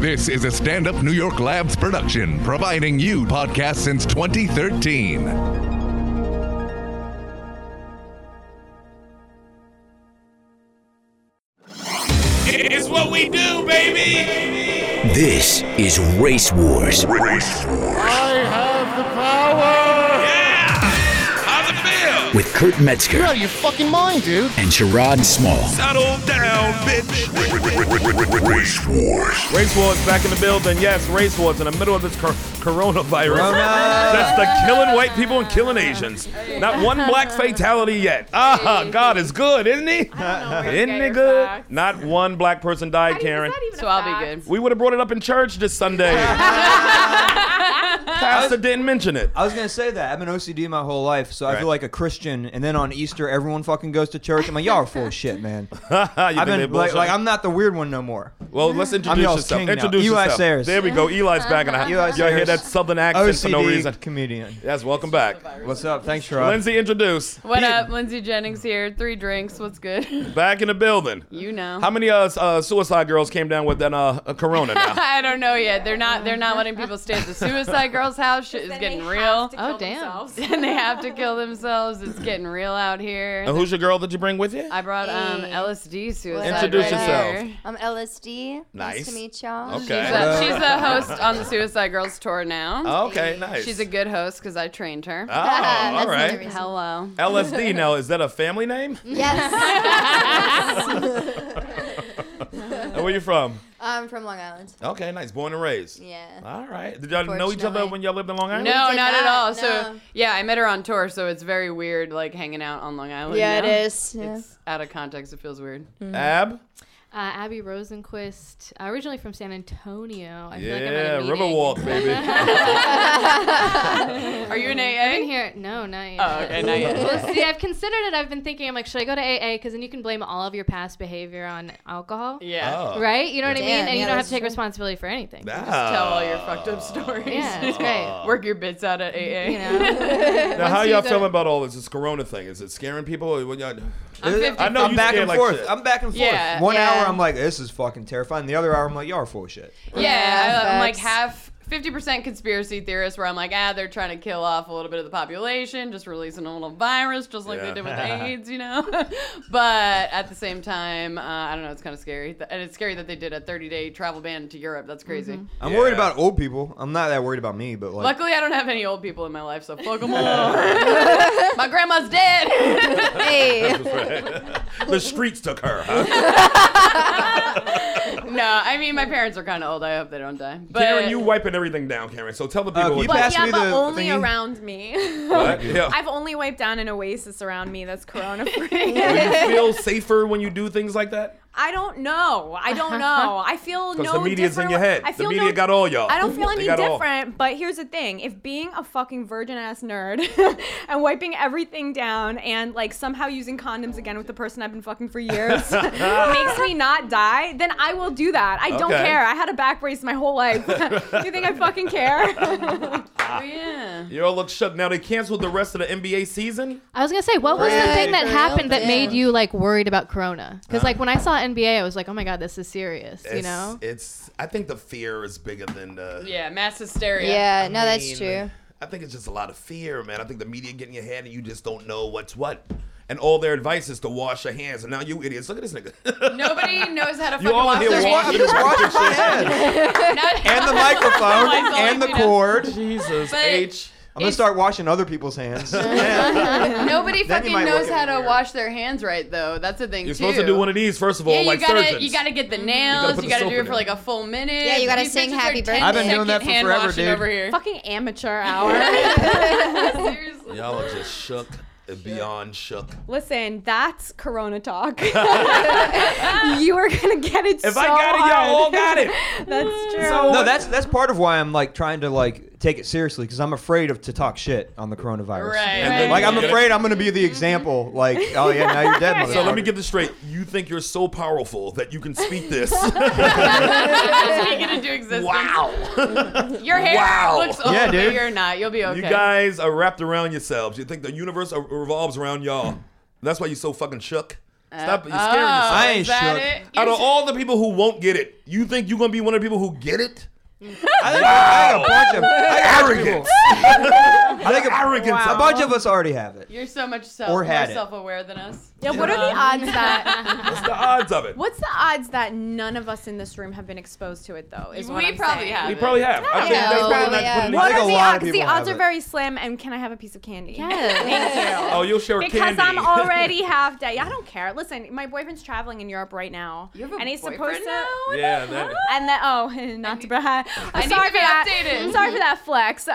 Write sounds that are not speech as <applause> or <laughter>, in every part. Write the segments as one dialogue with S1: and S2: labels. S1: This is a stand up New York Labs production, providing you podcasts since 2013.
S2: It's what we do, baby.
S3: This is Race Wars
S2: Yeah. How's it feel?
S3: with Kurt Metzger
S4: out of your fucking mind, dude.
S3: and Sherrod Small.
S2: Settle down, bitch.
S1: Race Wars.
S5: Race Wars back in the building. Yes, Race Wars in the middle of this cor- coronavirus. That's the killing white people and killing Asians. Not one black fatality yet. Ah, God is good, isn't he? Isn't he good? Not one black person died, Karen.
S6: So I'll be good.
S5: We would have brought it up in church this Sunday. Pastor didn't mention it. <laughs>
S7: I was gonna say that I've been OCD my whole life, so I feel like a Christian. And then on Easter, everyone fucking goes to church. I'm like, y'all are full
S5: <laughs>
S7: of shit, man.
S5: I've
S7: I've been like, like, I'm not the weird one
S5: <laughs>
S7: no more.
S5: Well, let's introduce
S7: y'all's
S5: yourself.
S7: king now.
S5: Introduce
S7: Eli
S5: yourself.
S7: Sayers.
S5: There we go. Eli's back in the house.
S7: Eli
S5: Y'all hear
S7: Sayers.
S5: that southern accent
S7: OCD
S5: for no reason?
S7: comedian.
S5: Yes, welcome back.
S7: What's up? Thanks, Sherrod.
S5: Lindsay, introduce.
S6: What up? Lindsay Jennings here. Three drinks. What's good? <laughs>
S5: Back in the building.
S6: you know.
S5: How many uh, s- uh, suicide girls came down with that uh, uh, corona
S6: <laughs>
S5: now?
S6: <laughs> I don't know yet. They're not. They're not letting people stay at the Suicide Girls house. Shit is getting real.
S8: Oh damn!
S6: <laughs> and they have to kill themselves. It's getting real out here.
S4: Oh.
S5: and who's your girl that you bring with you?
S6: I brought um
S8: Hey.
S6: LSD suicide.
S5: Introduce
S6: right
S5: yourself.
S6: here.
S8: I'm LSD. Nice
S5: Nice.
S8: to meet y'all.
S5: Okay.
S6: She's a, she's a host on the Suicide Girls tour now.
S5: Ah, okay, nice.
S6: She's a good host because I trained her.
S5: Oh, all
S8: That's another
S5: right.
S8: reason.
S6: Hello.
S5: LSD now is that a family name?
S8: Yes,
S5: And Where you from?
S8: I'm from Long Island.
S5: Okay, nice. Born and raised.
S8: Yeah.
S5: All right. Did y'all know each other
S8: Fortunately.
S5: when y'all lived in Long Island?
S6: No,
S8: did
S6: not at
S8: not,
S6: all. So
S8: no.
S6: yeah, I met her on tour, so it's very weird, like hanging out on Long Island.
S8: Yeah,
S6: now.
S8: it is. Yeah.
S6: It's out of context. It feels weird.
S5: Ab.
S9: Uh, Abby Rosenquist, uh, originally from San Antonio. I feel like I'm
S5: Yeah,
S9: at a meeting.
S5: Riverwalk, baby.
S8: Mm.
S6: Are you an
S9: I've been
S6: AA?
S9: here. No, not yet.
S6: Oh, okay, not
S9: <laughs>
S6: yet.
S9: See, I've considered it. I've been thinking. I'm like, should I go to AA? Because then you can blame all of your past behavior on alcohol,
S6: Yeah.
S5: Oh.
S9: right? You know what I mean?
S8: Yeah,
S9: and
S8: yeah,
S9: you don't have
S8: that's
S9: to take
S8: true.
S9: responsibility for anything.
S5: Ah.
S6: Tell all your fucked up stories.
S9: Yeah, it's great.
S6: <laughs> Work your bits out at AA.
S9: You know,
S5: Now, how
S9: Once you
S5: y'all
S9: go-
S5: feeling about all this? This corona thing. Is it scaring people? Or what <laughs> y'all-
S6: I'm 50.
S5: I know
S7: I'm
S5: you
S7: back
S5: scared
S7: and
S5: like
S7: forth.
S5: shit.
S7: I'm back and forth.
S6: Yeah.
S7: One
S8: Yeah.
S7: hour, I'm like, this is fucking terrifying. The other hour, I'm like, y'all are full of shit.
S6: yeah, I, am like
S8: facts.
S6: half. 50% conspiracy theorists where I'm like, ah, they're trying to kill off a little bit of the population, just releasing a little virus, just like
S5: Yeah.
S6: they did with AIDS, you know? <laughs> but at the same time, uh, I don't know, it's kind of scary. Th- And it's scary that they did a 30 day travel ban to Europe. That's crazy.
S8: Mm-hmm.
S7: I'm
S5: Yeah.
S7: worried about old people. I'm not that worried about me, but like,
S6: Luckily, I don't have any old people in my life, so fuck <laughs> them all. my grandma's dead. <laughs>
S8: Hey.
S5: the streets took her. Huh?
S6: no, I mean, my parents are kind of old. I hope they don't die. But
S5: Karen, you wiping everything down, Karen. So tell the people.
S7: can
S5: what
S7: you
S5: you-
S7: pass-
S10: yeah,
S7: uh, me
S10: but
S7: the
S10: only
S7: thingy?
S10: around me.
S5: what? Yeah.
S10: I've only wiped down an oasis around me
S5: <laughs>
S10: that's corona free.
S5: Do you feel safer when you do things like that?
S10: I don't know. I don't <laughs> know. I feel
S5: Because
S10: no
S5: the media's
S10: different.
S5: in your head.
S10: I
S5: The
S10: feel
S5: media
S10: no,
S5: got all y'all.
S10: I don't feel
S5: They
S10: any
S5: got all.
S10: different. But here's the thing: if being a fucking virgin ass nerd <laughs> and wiping everything down and like somehow using condoms again with the person I've been fucking for years
S5: <laughs>
S10: <laughs> makes me not die, then I will do that. I don't
S5: Okay.
S10: care. I had a back brace my whole life. <laughs> do you think I fucking care?
S6: <laughs>
S5: <laughs>
S10: <laughs>
S6: Oh, yeah.
S5: You all look shook. Now they canceled the rest of the NBA season.
S9: I was gonna say, what was the
S8: Right.
S9: thing that
S8: For
S9: happened
S8: real,
S9: that
S8: yeah.
S9: made you like worried about Corona? Because like when I saw NBA, I was like, oh my god, this is serious. You
S5: It's-
S9: know,
S5: it's. I think the fear is bigger than the.
S6: Yeah, mass hysteria.
S8: Yeah,
S5: I
S8: no, that's
S5: mean,
S8: true.
S5: I think it's just a lot of fear, man. I think the media get in your head and you just don't know what's what. And all their advice is to wash your hands. And now you idiots, look at this nigga. <laughs>
S6: Nobody knows how to fucking
S5: you all
S6: wash
S5: in
S6: their
S5: here
S6: hands.
S5: washing
S10: <laughs>
S7: just watch my head and the microphone
S6: Mine's always
S7: and the
S6: beat up.
S7: cord.
S5: Jesus
S6: But-
S5: H.
S7: I'm gonna start washing other people's
S10: <laughs>
S7: hands.
S6: Nobody
S7: Then you
S6: fucking
S7: might
S6: knows
S7: look at
S6: how
S7: it
S6: to
S7: weird.
S6: wash their hands right, though. That's the thing
S5: You're
S6: too.
S5: supposed to do one of these first of all,
S6: Yeah, you
S5: like
S6: gotta
S5: surgeons.
S6: you gotta get the nails.
S5: put
S6: You
S5: the
S6: gotta,
S5: soap
S6: do it
S5: in
S6: for
S5: it.
S6: like a full minute.
S8: Yeah, you gotta
S6: These
S8: sing
S6: bitches are 10
S8: happy birthday. I've
S7: been doing that
S6: second
S7: for
S6: hand
S7: forever,
S6: washing
S7: dude.
S6: Over <laughs> here.
S10: fucking amateur hour.
S6: Seriously.
S5: Y'all are just shook, and beyond shook.
S10: Listen, that's Corona
S5: <laughs>
S10: talk. <laughs> you are gonna get it.
S5: If I got it, y'all all got it.
S10: <laughs> That's true.
S7: no, that's that's part of why I'm like trying to like take it seriously because I'm afraid of to talk shit on the coronavirus.
S6: Right.
S5: And then
S7: Like
S5: you
S7: I'm
S5: get it.
S7: afraid I'm gonna be the example. Like, oh yeah, now you're dead. Motherfucker.
S5: So let me get this straight. You think you're so powerful that you can speak
S6: <laughs>
S5: this? <laughs>
S6: Speaking into existence. Your hair
S5: Wow.
S6: looks old,
S7: Yeah,
S6: but
S7: dude.
S6: you're not. You'll be okay.
S5: You guys are wrapped around yourselves. You think the universe uh, revolves around y'all. That's why you're so fucking shook. Stop. You're
S6: oh.
S5: scaring yourself.
S7: I ain't
S6: is that
S7: shook.
S6: it?
S5: Out of all the people who won't get it, you think you're gonna be one of the people who get it?
S7: I think I got a bunch of I got
S5: Arrogance.
S7: I think a,
S5: Arrogance.
S7: a bunch of us already have it.
S6: You're so much self,
S7: Or
S6: more
S7: had it.
S6: self-aware than us. Um,
S10: Yeah, what are the odds that?
S5: What's the odds of it?
S10: What's the odds that none of us in this room have been exposed to it though? Is what
S6: We
S10: I'm
S6: probably
S10: saying.
S6: have.
S5: We probably have. I think that's
S8: No,
S5: probably
S8: probably
S5: not putting
S8: have.
S5: it-
S10: What
S7: I think
S10: are
S7: a
S10: the
S7: lot of
S10: odds? The
S7: people have
S10: odds are
S7: it.
S10: very slim. And can I have a piece of candy?
S9: Yes.
S5: Oh, you'll share
S10: <laughs> Because
S5: candy. <laughs>
S10: I'm already half day. I don't care. Listen, my boyfriend's traveling in Europe right now.
S6: You have a
S10: and he's
S6: boyfriend
S10: supposed to.
S6: now?
S5: Yeah, that-
S10: <gasps> And then, oh, <laughs> not to brag. I'm
S6: need
S10: sorry
S6: to
S10: for
S6: be
S10: that.
S6: updated.
S10: I'm <laughs> sorry for that flex.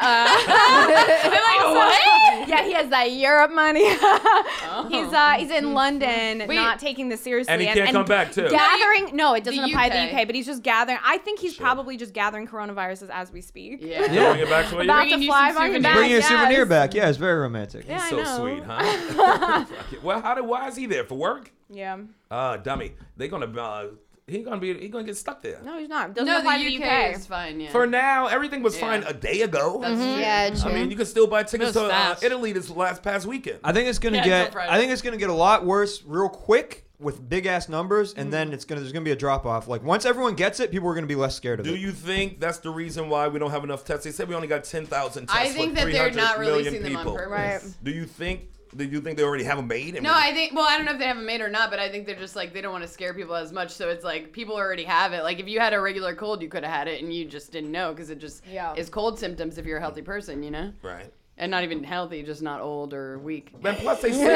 S6: <laughs>
S10: Uh, I'm like, what? Yeah, he has that Europe money. <laughs> He's uh, he's in London,
S6: Oh. Wait.
S10: not taking this seriously,
S5: And he can't come back, too.
S10: Gathering? No, it doesn't
S6: The
S10: apply to the
S6: UK.
S10: UK, but he's just gathering. I think he's probably just gathering coronaviruses as we speak.
S6: Yeah.
S5: They'll <laughs> Bring it back to where
S10: About
S5: you're
S6: Bringing
S10: to
S6: you
S10: fly
S6: some
S10: by
S6: souvenirs.
S10: back.
S7: Bring your
S10: yes.
S7: souvenir back. Yeah, it's very romantic.
S10: Yeah, I
S5: So
S10: know.
S5: sweet,
S6: <laughs>
S5: huh? Fuck it. well, how did? Why is he there for work?
S10: Yeah.
S5: Uh, dummy. They gonna uh, he gonna be he gonna get stuck there.
S10: No, he's not. Doesn't
S6: No,
S10: apply
S6: the UK,
S10: to the UK.
S6: is fine. Yeah. Mm-hmm.
S5: For now, everything was fine a day ago.
S10: Mm-hmm.
S8: Yeah, true.
S5: I mean, you can still buy tickets
S6: That was
S5: to uh,
S6: fast.
S5: Italy this last past weekend.
S7: I think it's gonna
S6: Yeah, until
S7: get.
S6: Friday.
S7: I think it's gonna get a lot worse real quick with big ass numbers, and then it's gonna there's gonna be a drop off. Like once everyone gets it, people are gonna be less scared of
S5: Do
S7: it.
S5: you think that's the reason why we don't have enough tests? They said we only got ten thousand tests.
S6: I
S5: for
S6: think that they're
S5: 300
S6: not
S5: million
S6: releasing them on
S5: people.
S6: purpose.
S5: Do you think? Do you think they already have them made?
S6: No, I think. Well, I don't know if they have them made or not, but I think they're just like they don't want to scare people as much. So it's like people already have it. Like if you had a regular cold, you could have had it, and you just didn't know because it just
S10: Yeah.
S6: is cold symptoms if you're a healthy person, you know,
S5: Right.
S6: and not even healthy, just not old or
S10: <laughs>
S6: weak.
S5: And plus,
S6: <laughs>
S5: they say,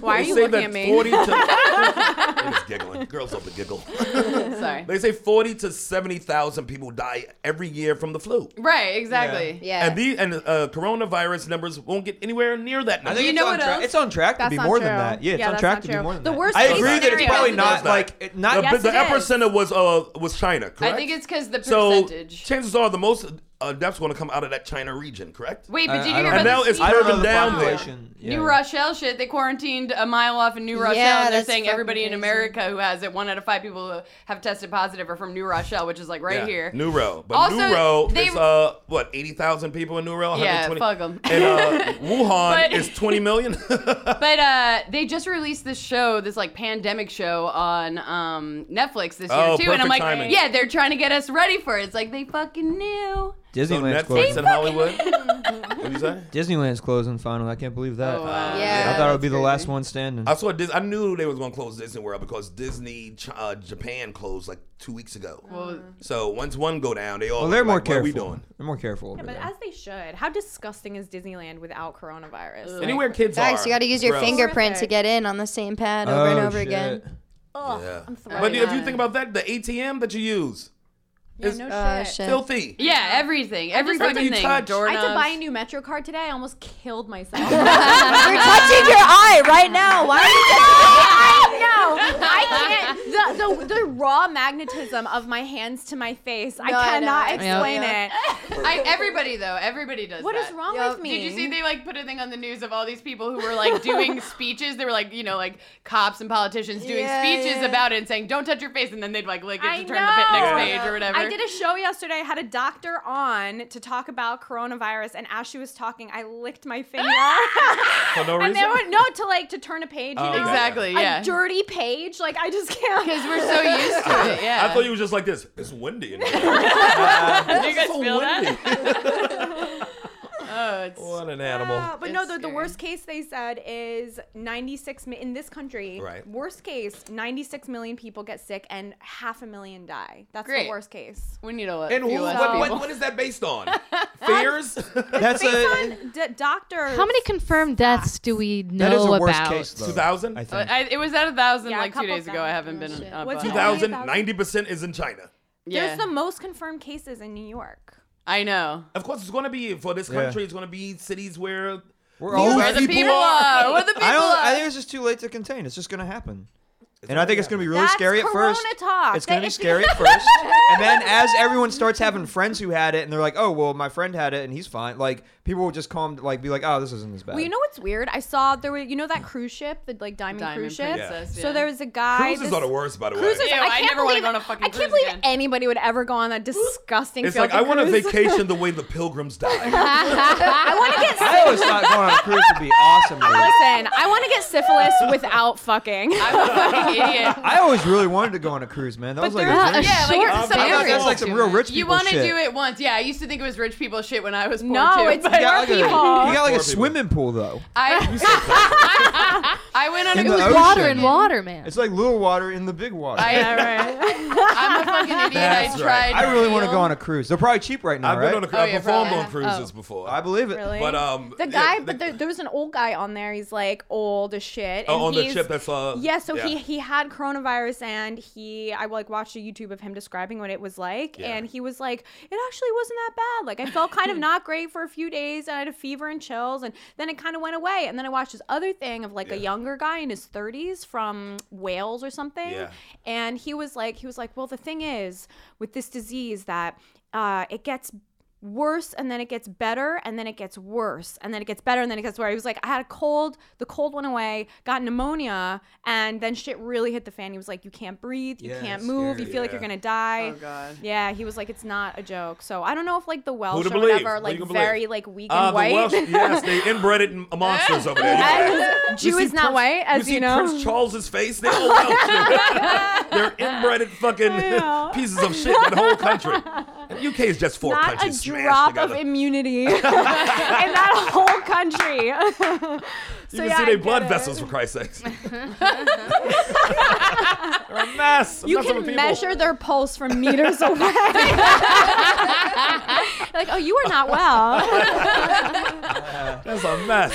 S10: Why are
S5: they
S10: you
S5: say
S10: looking
S5: that
S10: at me?
S5: forty
S6: <laughs>
S5: to. He's giggling. Girls love the <laughs> giggle.
S6: Sorry.
S5: They say forty to seventy thousand people die every year from the flu.
S6: Right. Exactly.
S8: yeah.
S5: And the and uh, coronavirus numbers won't get anywhere near that
S7: I
S5: number.
S7: think
S6: You
S7: it's
S6: know
S7: on
S6: what
S7: track-
S6: else?
S7: It's on track to
S10: That's
S7: be
S10: not
S7: more
S10: true.
S7: than that. Yeah, it's
S10: Yeah,
S7: on
S10: that's
S7: track
S10: not
S7: to be
S10: true.
S7: more than
S10: The
S7: that.
S10: worst
S7: I
S10: case
S7: agree that it's
S10: scenario
S7: probably
S10: is
S7: not
S5: that.
S7: like it, not.
S5: the,
S10: Yes,
S5: the
S10: it is.
S5: epicenter was uh was China, correct?
S6: I think it's because the
S5: so
S6: percentage.
S5: chances are the most uh, deaths going to come out of that China region, correct?
S6: Wait, but
S7: I-
S6: did you
S7: I
S6: hear about
S7: don't
S5: and
S7: know.
S5: now
S6: the
S5: it's
S6: Steve
S7: I don't know
S5: urban
S7: the
S5: down there.
S7: population. Yeah,
S6: New
S7: yeah.
S6: Rochelle shit. They quarantined a mile off in New Rochelle.
S8: Yeah,
S6: and they're
S8: that's
S6: saying everybody in
S8: fucking crazy.
S6: America who has it, one out of five people who have tested positive are from New Rochelle, which is like right
S5: Yeah,
S6: here.
S5: New Row. But
S6: Also,
S5: New Row
S6: they-
S5: is uh what, eighty thousand people in New Row?
S6: Yeah,
S5: 120?
S6: fuck 'em.
S5: And
S6: <laughs>
S5: uh Wuhan
S6: But-
S5: is twenty
S6: <laughs>
S5: million.
S6: But uh, they just released this show, this like pandemic show on um, Netflix this year
S5: Oh,
S6: too, and
S5: perfect
S6: I'm like,
S5: timing.
S6: yeah, they're trying to get us ready for it. It's like they fucking
S5: so
S6: knew.
S7: Disneyland's
S5: Netflix
S7: closing.
S5: in Hollywood. what do you say?
S7: Disneyland's closing. Finally, I can't believe that.
S6: Oh, wow.
S8: Yeah,
S7: I thought it would
S8: that's
S7: be the
S8: crazy.
S7: last one
S5: <laughs>
S7: standing.
S5: I saw Dis- I knew they was gonna close Disney World because Disney Ch- uh, Japan closed like two weeks ago. so once one go down, they all.
S7: Well, they're
S5: like,
S7: more
S5: what
S7: careful.
S5: Are we doing?
S7: They're more careful. over
S10: But
S7: there.
S10: as they should. How disgusting is Disneyland without coronavirus?
S5: Anywhere kids
S8: Facts,
S5: are.
S8: you got to use your
S5: gross.
S8: fingerprint to
S10: Horrific.
S8: get in on the same pad over and
S7: Oh,
S8: over
S7: shit.
S8: again.
S5: Yeah.
S6: Right
S5: But if you
S6: on.
S5: think about that, the ATM that you use, it's
S8: Oh shit.
S5: filthy.
S6: Yeah, everything, every
S5: Everything
S6: fucking
S5: you
S6: thing.
S5: touch.
S10: I had to
S6: doorknobs.
S10: buy a new Metro card today. I almost killed myself.
S6: <laughs>
S8: You're touching
S10: <laughs>
S8: your eye right now. Why are you
S6: <laughs>
S10: I can't. The, the, the raw magnetism of my hands to my face. I
S8: No, I know.
S10: cannot
S8: Yeah.
S10: explain
S8: Yeah.
S10: it.
S6: I, everybody though, everybody does.
S10: What is
S6: that.
S10: wrong with me?
S6: Did you see they like put a thing on the news of all these people who were like
S10: <laughs>
S6: doing speeches? They were like, you know, like cops and politicians doing
S8: Yeah,
S6: speeches
S8: yeah.
S6: about it and saying, "Don't touch your face," and then they'd like lick it
S10: I
S6: to turn the bit next
S10: know.
S6: page or whatever.
S10: I did a show yesterday. I had a doctor on to talk about coronavirus, and as she was talking, I licked
S6: <laughs>
S10: my finger.
S5: For no
S10: and they
S5: reason.
S10: were no to like to turn a page. You
S5: Oh,
S10: know?
S5: okay.
S6: exactly, yeah.
S10: A dirty page. Like I just can't.
S6: Because we're so used to it. Yeah.
S5: I thought you was just like this. It's windy. In here.
S6: Did you guys
S5: so
S6: feel
S5: windy. <laughs>
S6: that? Oh, it's.
S5: what an animal.
S10: Uh, but no,
S6: It's
S10: the, the
S6: scary.
S10: worst case they said is 96 mi- in this country.
S5: Right.
S10: Worst case, 96 million people get sick and half a million die. That's
S6: Great.
S10: the worst case.
S6: We need a lot.
S5: and who?
S6: few less
S5: What,
S6: people.
S5: what, what is that based on? Fears. <laughs>
S7: That's a.
S10: D- doctors.
S9: How many confirmed deaths do we know
S7: That is a worst
S9: about?
S7: case though.
S5: 2000?
S7: I
S6: But
S7: think.
S6: I, it was at a thousand
S10: Yeah, a
S6: like two
S10: couple
S6: days ago. I haven't
S10: thousand.
S6: been.
S8: shit.
S6: up
S10: What's
S6: on
S10: it?
S6: it.
S5: 2000. 90 percent is in China.
S6: Yeah.
S10: There's the most confirmed cases in New York.
S6: I know.
S5: Of course, it's going to be for this
S7: Yeah.
S5: country. It's going to be cities where
S7: We're all
S6: Where the people are. Where the people
S7: I don't.
S6: are.
S7: I think it's just too late to contain. It's just gonna happen. And I think it's going to be really
S10: That's
S7: scary at first.
S10: corona talk.
S7: It's going to
S10: That
S7: be
S6: <laughs>
S10: if you-
S7: scary at first. And then as everyone starts having friends who had it and they're like, "Oh, well, my friend had it and he's fine." Like people will just calm like be like, "Oh, this isn't as bad."
S10: Well, you know what's weird? I saw there were you know that cruise ship, the like Diamond,
S6: Diamond
S10: cruise ship.
S6: Princess, Yeah.
S10: So
S6: yeah.
S10: there was a guy.
S5: Cruises
S10: this-
S5: are the worst, by the way.
S10: Cruises,
S6: Ew,
S10: I,
S6: I
S10: can't
S6: never wanna
S10: believe,
S6: go on a fucking
S10: I can't
S6: cruise
S10: believe
S6: again.
S10: anybody would ever go on that disgusting.
S5: It's like I want
S10: want
S5: to vacation <laughs> the way the pilgrims died. <laughs>
S10: <laughs> I want to get.
S7: I always thought going on a cruise would be awesome. dude.
S10: Listen, I want to get syphilis without <laughs>
S6: <laughs>
S10: fucking.
S6: I'm a fucking idiot.
S7: I always really wanted to go on a cruise, man. That was like a
S10: there's-
S7: dream.
S9: a
S6: Yeah, like
S9: short
S6: it's something
S7: I thought that's like some real rich people
S6: You want to
S7: shit.
S6: do it once. Yeah, I used to think it was rich people shit when I was poor
S10: No,
S6: too.
S10: it's
S6: but
S10: <laughs>
S7: You got, like a,
S10: Poor
S7: you
S10: people.
S7: got like a
S5: Poor people.
S7: swimming pool though.
S10: <laughs>
S6: I, I went on
S7: In
S6: a
S7: the
S6: cruise.
S7: ocean.
S9: Water and water, man.
S7: It's like little water in the big water.
S6: I, I'm a fucking idiot. I
S5: That's
S6: tried.
S5: right.
S7: I really want to
S6: feel-
S7: go on a cruise. They're probably cheap right now,
S5: I've
S7: right?
S5: been on a cru-
S6: Oh,
S5: I've
S6: yeah,
S5: performed
S6: probably.
S5: on cruises before.
S7: I believe it.
S10: Really?
S5: But um,
S10: Oh.
S5: yeah,
S10: the guy, but there, there was an old guy on there. He's like old as shit.
S5: oh, on
S10: and
S5: the
S10: he's-
S5: ship that's uh.
S10: Yeah, so he he had coronavirus and he I like watched a YouTube of him describing what it was like
S5: Yeah.
S10: and he was like it actually wasn't that bad. Like I felt
S5: <laughs>
S10: kind of not great for a few days and I had a fever and chills and then it kind of went away and then I watched this other thing of like a
S5: Yeah.
S10: younger guy in his 30s from Wales or something
S5: Yeah.
S10: and he was like he was like well the thing is with this disease that uh it gets worse and then it gets better and then it gets worse and then it gets better and then it gets worse. He was like, I had a cold, the cold went away, got pneumonia, and then shit really hit the fan. He was like, You can't breathe, you
S7: Yeah,
S10: can't
S7: it's
S10: move,
S7: scary.
S10: you feel like you're
S5: Yeah.
S10: gonna die.
S6: Oh god.
S10: Yeah, he was like, It's not a joke. So I don't know if like the Welsh or
S5: believe?
S10: whatever,
S5: Who
S10: like
S5: you gonna
S10: very
S5: believe?
S10: like weak and
S5: Ah,
S10: white.
S5: the Welsh,
S10: <laughs>
S5: yes, they inbred it in monsters over there.
S10: And Jew
S5: see
S10: is not
S5: Prince-
S10: white, as you,
S5: see
S10: know.
S5: Prince Charles's face. They all Welsh.
S10: <laughs>
S5: They're inbred
S10: know.
S5: fucking <laughs> pieces of shit. That whole country. The UK is just four
S10: not
S5: countries
S10: a
S5: smashed
S10: drop of
S5: together. <laughs>
S10: immunity <laughs> in that whole country. <laughs>
S5: you
S10: So
S5: can
S10: yeah,
S5: see
S10: I
S5: their
S10: get
S5: blood
S10: it.
S5: vessels for Christ's
S10: <laughs>
S5: sakes. They're a mess. A
S10: You
S5: mess of a
S10: can
S5: people.
S10: measure their pulse from meters away. like, oh, you are not well.
S5: <laughs> That's a mess.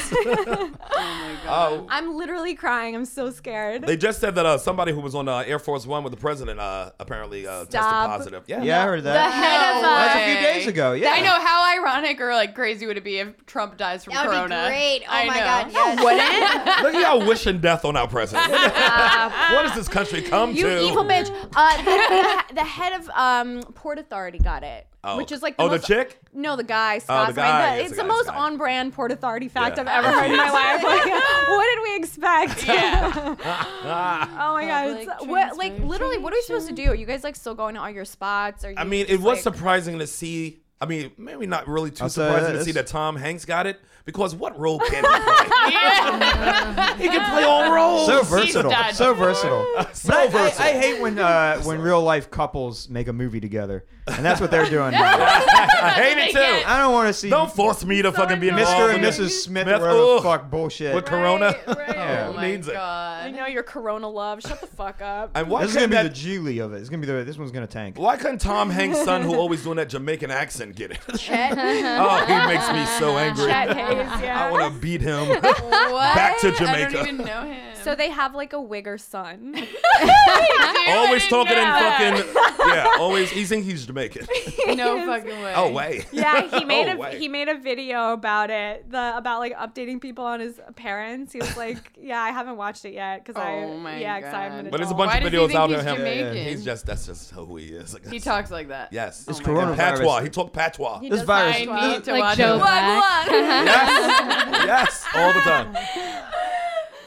S5: Oh.
S10: I'm literally crying. I'm so scared.
S5: They just said that uh, somebody who was on uh, Air Force One with the president uh, apparently uh, tested
S10: Stop.
S5: positive. Yeah.
S7: yeah, I heard
S10: the
S7: that.
S10: head of
S6: No
S10: a.
S7: That's a few days ago. Yeah.
S6: I know how ironic or like crazy would it be if Trump dies from
S8: That would
S6: corona? <laughs>
S8: be great. Oh
S6: I
S8: my
S6: know.
S8: god. Yes.
S5: Look at y'all wishing death on our
S10: <laughs>
S5: president. what does this country come
S10: You
S5: to?
S10: evil bitch. Uh, the, the, the head of um, Port Authority got it.
S5: Oh.
S10: Which is like the
S5: Oh, the
S10: most, <laughs>
S5: chick?
S10: No, the guy. Scott's
S5: guy.
S10: mine.
S5: Yes,
S10: it's
S5: the
S10: the
S5: guy,
S10: most
S5: this guy.
S10: on brand Port Authority fact
S5: Yeah.
S10: I've ever heard
S5: <laughs>
S10: in my life. Like, what did we expect?
S6: Yeah.
S5: Ah.
S10: <laughs> Oh my god!
S9: Public
S10: it's- What, like literally, what are we supposed to do? Are you guys like still going to all your spots? Or
S5: I mean, it was surprising to see. I mean, maybe not really too
S7: I'll tell you
S5: surprising to
S7: this.
S5: see that Tom Hanks got it because what role can he play? he can play all roles.
S7: So versatile.
S6: done. <laughs>
S7: So versatile.
S5: <laughs> So
S7: But I, I,
S5: versatile.
S7: I hate when uh, when real life couples make a movie together, and that's what
S6: <laughs>
S7: they're doing. now.
S5: I hate it too.
S7: I don't want to see
S5: Don't force me to fucking be involved.
S7: Mr. and
S5: in
S7: Mrs.
S5: this
S7: Smith,
S5: Smith-
S7: whatever the
S5: Ugh.
S7: fuck bullshit.
S5: with Corona.
S7: Yeah.
S5: <laughs>
S6: Oh
S5: Who
S6: my
S5: needs it?
S10: I
S6: god.
S10: know your Corona love. Shut the fuck up.
S5: And why
S7: This is gonna
S5: couldn't
S7: be the
S5: that,
S7: Geely of it. It's gonna be the this one's gonna tank.
S5: why couldn't Tom Hanks' son,
S7: <laughs>
S5: who always doing that Jamaican accent, get it? oh, he makes me so angry.
S10: Chet Hayes,
S5: I
S10: yeah.
S5: want to beat him.
S6: What?
S5: Back to
S6: I
S5: Jamaica.
S6: don't even know
S10: <laughs>
S6: him.
S10: so they have like a wigger son.
S5: always talking in
S6: know
S5: fucking yeah. Always he thinks he's Jamaican.
S6: no fucking way.
S5: Oh wait.
S10: Yeah,
S5: <laughs>
S6: <laughs>
S10: he made
S5: Oh,
S10: a
S5: wait.
S10: he made a video about it. The about like updating people on his parents. He was like, <laughs> yeah, I haven't watched it yet because
S6: Oh
S10: I
S6: my
S10: yeah, because I'm an
S6: God.
S5: But it's a
S10: adult.
S5: bunch
S6: Why
S5: of
S6: does he
S5: videos
S6: think
S5: out of
S6: he's
S5: him.
S6: Jamaican?
S5: He's just that's just who he is. I guess.
S6: He talks like that.
S5: Yes.
S7: It's
S6: my God.
S7: coronavirus.
S5: patois. He talked patois.
S10: He
S7: This
S10: does
S7: virus.
S10: like-
S6: I need to
S9: Like
S6: watch
S9: Joe
S6: it.
S9: Black.
S5: Yes. yes. All the time.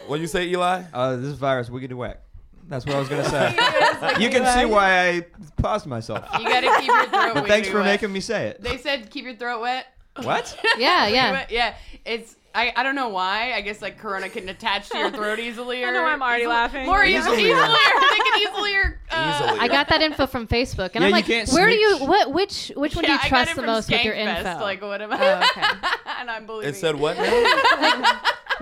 S5: What you say, Eli?
S7: Uh, this virus wiggity whack. That's what I was gonna
S6: <laughs>
S7: say.
S10: Yes.
S7: you can see why I paused myself.
S6: You gotta keep your
S7: <laughs>
S6: throat.
S7: But thanks
S6: wiggly
S7: for
S6: wet.
S7: making me say it.
S6: They said keep your throat wet.
S7: What?
S6: <laughs>
S9: Yeah, yeah.
S6: But yeah, it's. I, I don't know why. I guess like corona can attach to your throat easily. Or
S10: I know I'm already
S6: easily-
S10: laughing.
S6: More
S7: Easily.
S6: easily. easily or <laughs> they can easily. Or, uh,
S5: Easily.
S9: I got that info from Facebook,
S7: Yeah,
S9: and I'm
S7: you
S9: like,
S7: can't
S9: where do you
S7: snitch.
S9: what which which one do you
S6: I got
S9: trust
S6: it
S9: the
S6: from
S9: most with your
S6: Skankfest,
S9: info?
S6: Like what <laughs> am I?
S9: Oh, okay.
S6: and I'm believing.
S5: It said what?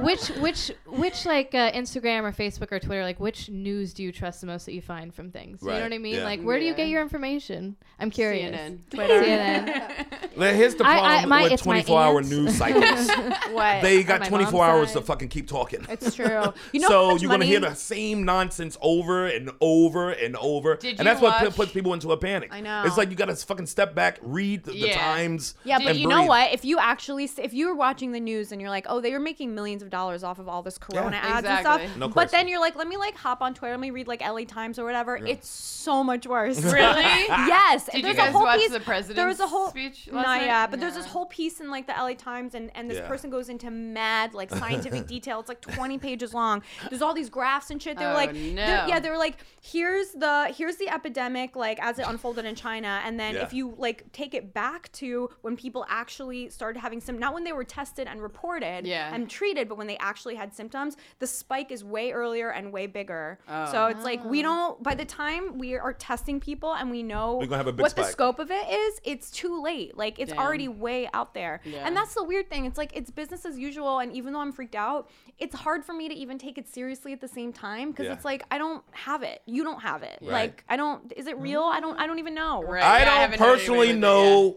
S9: which which which like uh, Instagram or Facebook or Twitter like which news do you trust the most that you find from things? You
S5: Right,
S9: know what I mean?
S5: yeah.
S9: Like where do you
S6: Yeah.
S10: <laughs>
S9: get your information? I'm curious.
S6: CNN. <laughs>
S9: Twitter, CNN.
S5: Well, Here's the
S9: I- I-
S5: problem
S9: my-
S5: with
S9: it's my
S5: 24 hour
S9: aunt's.
S5: news cycles.
S10: What?
S5: they
S9: On
S5: got
S9: my
S5: 24
S9: mom's
S5: hours
S9: side.
S5: to fucking keep talking. <laughs>
S10: it's true. You know how
S5: so
S10: much
S5: you're
S10: money?
S5: gonna hear the same nonsense over and over and over,
S6: Did
S5: and
S6: you
S5: that's what p-
S6: watch-
S5: puts people into a panic. I
S10: know.
S5: It's like you gotta fucking step back, read the, the
S6: Yeah.
S5: times.
S10: Yeah,
S5: and
S10: but you know
S5: breathe.
S10: what? If you actually, s- if you were watching the news and you're like, oh, they were making millions of dollars off of all this Corona ads and
S6: Exactly.
S10: stuff,
S5: No
S10: but
S5: question.
S10: then you're like, let me like hop on Twitter, let me read like LA Times or whatever. It's so much worse.
S6: <laughs> Really?
S10: <laughs> yes.
S6: Did you
S10: there's
S6: guys
S10: a whole
S6: watch
S10: piece,
S6: the
S10: there was
S6: president's
S10: a whole,
S6: speech
S10: Nah,
S6: last night?
S10: yeah, but there's
S6: No.
S10: this whole piece in like the LA Times, and and this
S5: Yeah.
S10: person goes into mad
S6: <laughs>
S10: like scientific detail. It's like 20 pages long. There's all these graphs and shit. They were
S6: Oh,
S10: like, they're-
S6: no.
S10: yeah, they were like, here's the here's the epidemic like as it unfolded in China, and then
S5: Yeah.
S10: if you like take it back to when people actually started having some, not when they were tested and reported
S6: Yeah.
S10: and treated, but when they actually had symptoms, the spike is way earlier and way bigger.
S6: Oh.
S10: So it's like we don't. By the time we are testing people and we know
S5: We're gonna have a big
S10: what the
S5: spike.
S10: scope of it is, it's too late. Like it's
S6: Damn.
S10: already way out there.
S6: Yeah.
S10: And that's the weird thing. It's like it's business as usual. And even though I'm freaked out, it's hard for me to even take it seriously at the same time because
S5: Yeah.
S10: it's like I don't have it. You don't have it.
S5: Right.
S10: Like I don't. Is it real? I don't. I don't even know.
S6: Right.
S5: I
S6: Yeah, I
S5: don't
S6: haven't heard
S5: personally
S6: anybody with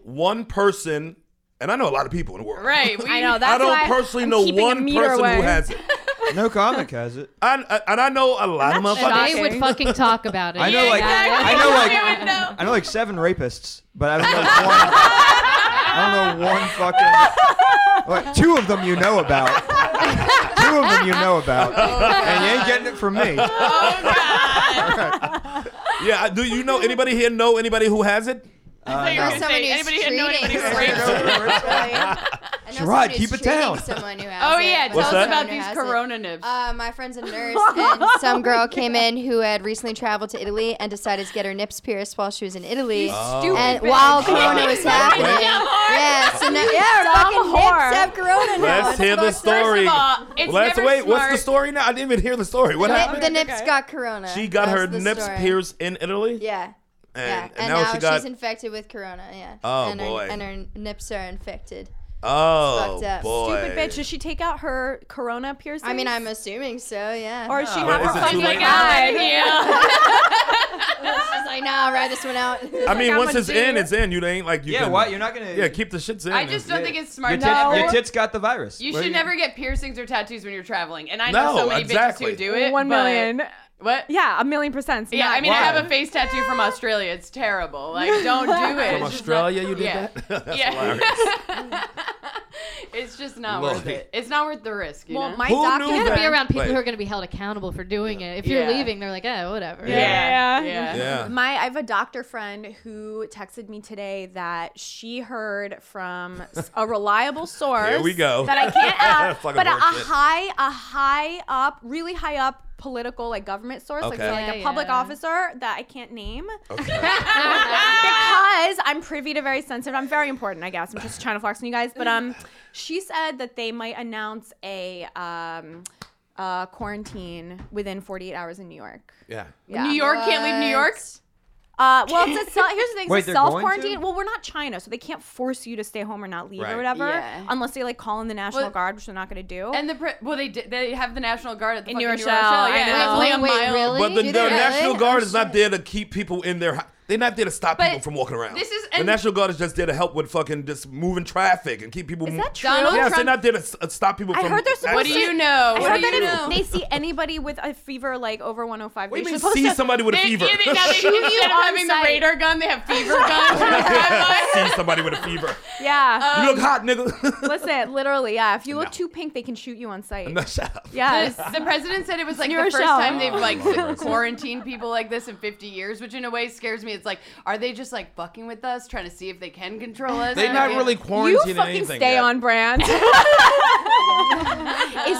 S5: know
S6: it
S5: one person, and I know a lot of people in the world.
S6: Right. We,
S10: <laughs> I know
S5: I
S10: that's
S5: don't
S10: why
S5: personally
S10: I'm
S5: know
S10: keeping a
S5: one
S10: meter
S5: person who
S10: away.
S5: has
S10: <laughs>
S5: it.
S7: No comic has it.
S5: I, I- and I know a lot of
S10: And that's
S5: motherfuckers.
S10: shocking.
S9: They would fucking talk about it.
S7: I know like
S6: exactly.
S7: I
S6: <laughs> I
S7: know
S6: would
S7: like
S6: know.
S7: I know like seven rapists, but I don't know one. I don't know one fucking. Like, two of them you know about. two of them you know about, and you ain't getting it from me.
S10: <laughs>
S5: Yeah, I- do you know anybody here know anybody who has
S10: <laughs>
S5: it?
S6: I thought you were
S7: Uh,
S6: gonna
S7: no.
S6: say,
S8: Somebody who's
S6: anybody here know anybody
S8: treating
S6: who's
S8: someone.
S6: raped?
S8: I know
S7: Gerard,
S8: someone who's
S7: keep it
S8: treating
S7: down.
S8: Someone who has
S6: Oh
S8: it,
S6: yeah,
S8: but
S6: tell
S5: that?
S6: us about
S8: someone who
S6: these
S8: has it.
S6: corona nibs.
S8: Uh, my friend's a nurse,
S10: <laughs>
S8: and some girl came in who had recently traveled to Italy and decided to get her nips pierced while she was in Italy.
S5: Oh.
S10: stupid
S8: and
S10: bitch.
S8: while Corona was happening,
S5: Wait.
S8: yeah, so now, yeah, her
S10: dumb
S8: fucking
S10: whore.
S8: nips have Corona now.
S5: Let's
S8: It's
S5: hear the
S8: fucked up. <laughs>
S5: story.
S6: all, it's
S5: Let's
S6: never
S5: wait. What's the
S6: smart-
S5: story now? I didn't even hear the story. What
S8: The nip-
S5: happened?
S8: The nips got Corona.
S5: She got
S8: That's
S5: her
S8: the
S5: nips
S8: story.
S5: pierced in Italy.
S8: Yeah.
S5: And,
S8: yeah,
S5: and now, she got.
S8: she's infected with corona. Yeah.
S5: Oh,
S8: and
S5: boy.
S8: Her, and her nips are infected.
S5: oh
S8: fucked up.
S5: boy.
S10: Stupid bitch. Does she take out her corona piercing?
S8: I mean, I'm assuming so. Yeah.
S10: Or is she
S5: But
S10: have
S5: is
S10: her
S5: it too
S10: own
S5: late
S10: like,
S5: now?
S10: <laughs> eye?
S6: Yeah.
S8: <laughs> she's like, nah, I'll ride this one out.
S5: I mean,
S10: I'm
S5: once
S10: a
S5: it's in,
S10: dude.
S5: it's in. You ain't like you.
S7: Yeah,
S5: can,
S7: why you're not gonna?
S5: Yeah, keep the shits in.
S6: I just don't think it's smart.
S7: Your,
S6: to
S7: tit-
S10: No.
S7: your
S6: ever-
S7: tits got the virus.
S6: You
S7: What
S6: should
S7: do
S6: never get piercings or tattoos when you're traveling. And I know
S5: No,
S6: so many
S5: exactly.
S6: bitches who do it.
S10: One
S6: but-
S10: million.
S6: What?
S10: Yeah, a million percent.
S6: Yeah, I mean, I
S7: Why?
S6: have a face tattoo from Australia. It's terrible. Like, don't do it.
S5: From
S6: It's just
S5: Australia,
S6: <laughs>
S5: you did
S6: yeah.
S5: that. <laughs> That's
S6: Yeah.
S7: <laughs>
S5: hilarious.
S6: <laughs> It's just not
S5: Lord.
S6: worth it. It's not worth the risk. You
S10: well,
S6: know?
S10: my
S5: Who
S10: doctor.
S5: knew
S9: You gotta be
S5: Yeah.
S9: around people
S5: Wait.
S9: who are gonna be held accountable for doing it. If you're
S6: Yeah.
S9: leaving, they're like, oh, whatever.
S5: Yeah.
S10: Yeah.
S6: Yeah.
S5: Yeah.
S10: My I have a doctor friend who texted me today that she heard from s- a reliable
S5: <laughs>
S10: source.
S5: Here we go.
S10: That
S5: <laughs>
S10: I can't out,
S5: Fucking
S10: but a, a
S5: bullshit.
S10: high a high up, really high up political like government source, like so,
S5: Okay.
S10: like a
S9: Yeah,
S10: public
S9: yeah.
S10: officer that I can't name
S5: Okay.
S10: <laughs> because I'm privy to very sensitive. I'm very important, I guess. I'm just trying to flex on you guys, but um, she said that they might announce a um. Uh, quarantine within 48 hours in New York.
S5: Yeah.
S10: Yeah.
S6: New York can't leave New York.
S10: Uh, well,
S5: <laughs>
S10: it's a self, here's the thing:
S7: Wait,
S10: it's a
S7: they're going
S10: self quarantine.
S7: to?
S10: Well, we're not China, so they can't force you to stay home or not leave
S5: Right.
S10: or whatever,
S6: Yeah.
S10: unless they like call in the National
S6: Well-
S10: Guard, which they're not going to do.
S6: And the pre- well, they did, they have the National Guard at the
S10: In New
S6: fucking
S10: Rochelle, I
S6: Yeah,
S10: know.
S6: it's
S9: Oh, Wait,
S6: only a
S9: wait,
S6: mile.
S9: really?
S5: But the,
S8: Do
S5: the
S8: they really?
S5: National Guard
S8: Oh,
S5: is not there to keep people in their. hou- They're not there to stop
S6: But
S5: people from walking around.
S6: this is-
S5: the
S6: and-
S5: National Guard is just there to help with fucking just moving traffic and keep people.
S10: Is
S5: mo-
S10: that true?
S6: Donald
S5: yes,
S6: Trump-
S5: they're not there to s- uh, stop people
S10: I
S5: from.
S10: heard they're supposed
S6: What do
S10: to-
S6: you know?
S10: I
S6: What
S10: heard
S6: do you
S10: that
S6: know?
S10: if they see anybody with a fever like over 105,
S5: What do
S10: they
S5: you mean
S10: supposed
S5: see
S10: to-
S5: somebody with a
S6: They-
S5: fever?
S6: yeah,
S5: <laughs>
S6: they- now <laughs> they-
S10: Shoot you
S6: instead of
S10: on
S6: having
S10: sight.
S6: the radar gun, they have fever guns. from the <laughs>
S5: see
S6: skyline.
S5: somebody with a fever. Yeah.
S10: Uh,
S5: you look hot, nigga.
S10: <laughs> Listen, literally, yeah. If you look
S5: No.
S10: too pink, they can shoot you on sight.
S5: no, shut up.
S10: Yes.
S6: The- the president said it was like
S10: New
S6: the first
S10: Rochelle.
S6: time they've like <laughs> quarantined people like this in 50 years, which in a way scares me. It's like, are they just like fucking with us, trying to see if they can control us?
S5: They're not
S6: Yeah.
S5: really
S10: You
S5: quarantining
S10: fucking
S5: anything.
S10: stay
S5: yet. <laughs>
S10: on brand. is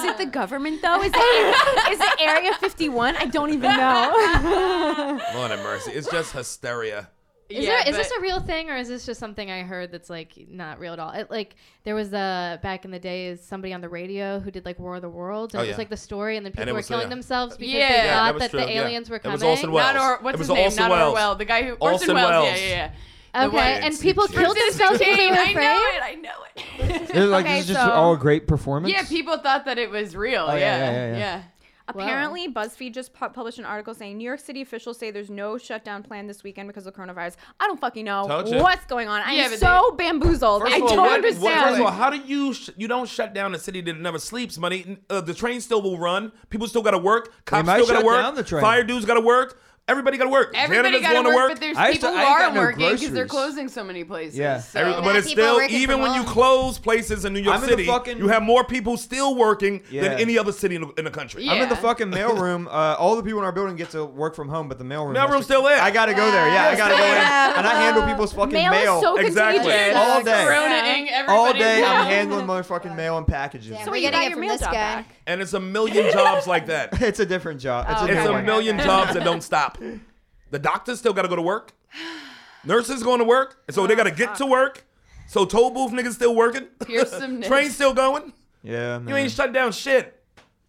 S10: it the government though? Is it, is it Area 51? I don't <laughs> even know.
S5: Lord have mercy. It's just hysteria.
S9: Is,
S6: Yeah,
S9: there, is this
S6: but-
S9: a real thing or is this just something I heard that's like not real at all? It, like there was a back in the days somebody on the radio who did like War of the Worlds and
S5: Oh,
S9: it
S5: yeah.
S9: was like the story and then people
S5: it
S9: were
S5: was,
S9: killing
S5: yeah.
S9: themselves because
S6: Yeah.
S9: they
S6: Yeah,
S9: thought
S5: that was
S9: that
S5: true,
S9: the
S5: yeah.
S9: aliens were
S5: It
S9: coming.
S5: was Orson Welles.
S6: Not or
S5: It
S6: what's
S5: was
S6: his name?
S5: Orson
S6: not
S5: Welles.
S6: Orwell. The guy who
S5: Orson
S6: Orson, Welles.
S5: Welles.
S6: Yeah, yeah, yeah. The
S9: Okay,
S6: one-
S9: and
S5: It's
S9: people
S5: insane.
S9: killed themselves because
S10: <laughs>
S9: they were
S6: I know
S9: afraid.
S6: it. I know it.
S7: you- They're like
S10: Okay,
S7: this is just
S10: so-
S7: all a great performance.
S6: Oh, Yeah, people thought that it was real.
S7: yeah,
S6: yeah.
S7: yeah, yeah, yeah.
S10: Apparently, BuzzFeed just pu- published an article saying New York City officials say there's no shutdown plan this weekend because of coronavirus. I don't fucking know
S5: Told ya.
S10: what's going on. I'm
S6: Yeah, but
S10: so bamboozled.
S5: First
S10: I
S5: of all,
S10: don't
S5: what- what-
S10: understand.
S5: first of all, how do you sh- you don't shut down a city that never sleeps? Money, uh, the train still will run. People still got to work. Cops
S7: might
S5: still got
S7: shut
S5: to work.
S7: down the train.
S5: Fire dudes got to work. Everybody got to work.
S6: Everybody
S5: Janitors
S6: got to
S5: going
S6: work, but there's
S7: I used
S6: people
S7: to-
S6: who
S7: I ain't got
S6: aren't
S7: no
S6: working because they're
S7: groceries.
S6: closing so many places.
S7: Yeah.
S6: so-
S5: Every-
S8: Yeah,
S5: but it's
S8: people
S5: still
S8: working
S5: even
S8: from
S5: when you
S8: home.
S5: close places in New York
S7: I'm in the
S5: City,
S7: fucking-
S5: you have more people still working
S7: Yeah.
S5: than any other city in the, in the country.
S6: Yeah.
S7: I'm in the fucking mailroom. Uh, all the people in our building get to work from home, but the mailroom. has
S5: Mailroom's
S7: to-
S5: still there.
S7: I gotta go there. Yeah, I gotta go in,
S8: Yeah.
S7: and I handle people's fucking mail.
S10: mail, is so
S5: Exactly.
S10: contagious.
S7: All day.
S6: Corona-ing
S7: all
S6: everybody's
S7: day,
S6: mouth.
S7: I'm handling motherfucking mail and packages.
S8: Damn,
S10: So
S8: we're
S10: you got
S8: getting it
S10: your
S8: from
S10: mail
S8: this
S10: job
S8: guy.
S10: back.
S5: And it's a million jobs like that.
S7: <laughs> It's a different job. It's a
S5: Oh, It's
S7: different
S5: a
S7: one.
S5: million jobs that don't stop. The doctors still got to go to work. Nurses going to work, and so they got to get to work. So toll booth niggas still working. <laughs>
S6: Fearsomeness.
S5: Train still going.
S7: Yeah, man.
S5: You ain't shut down shit.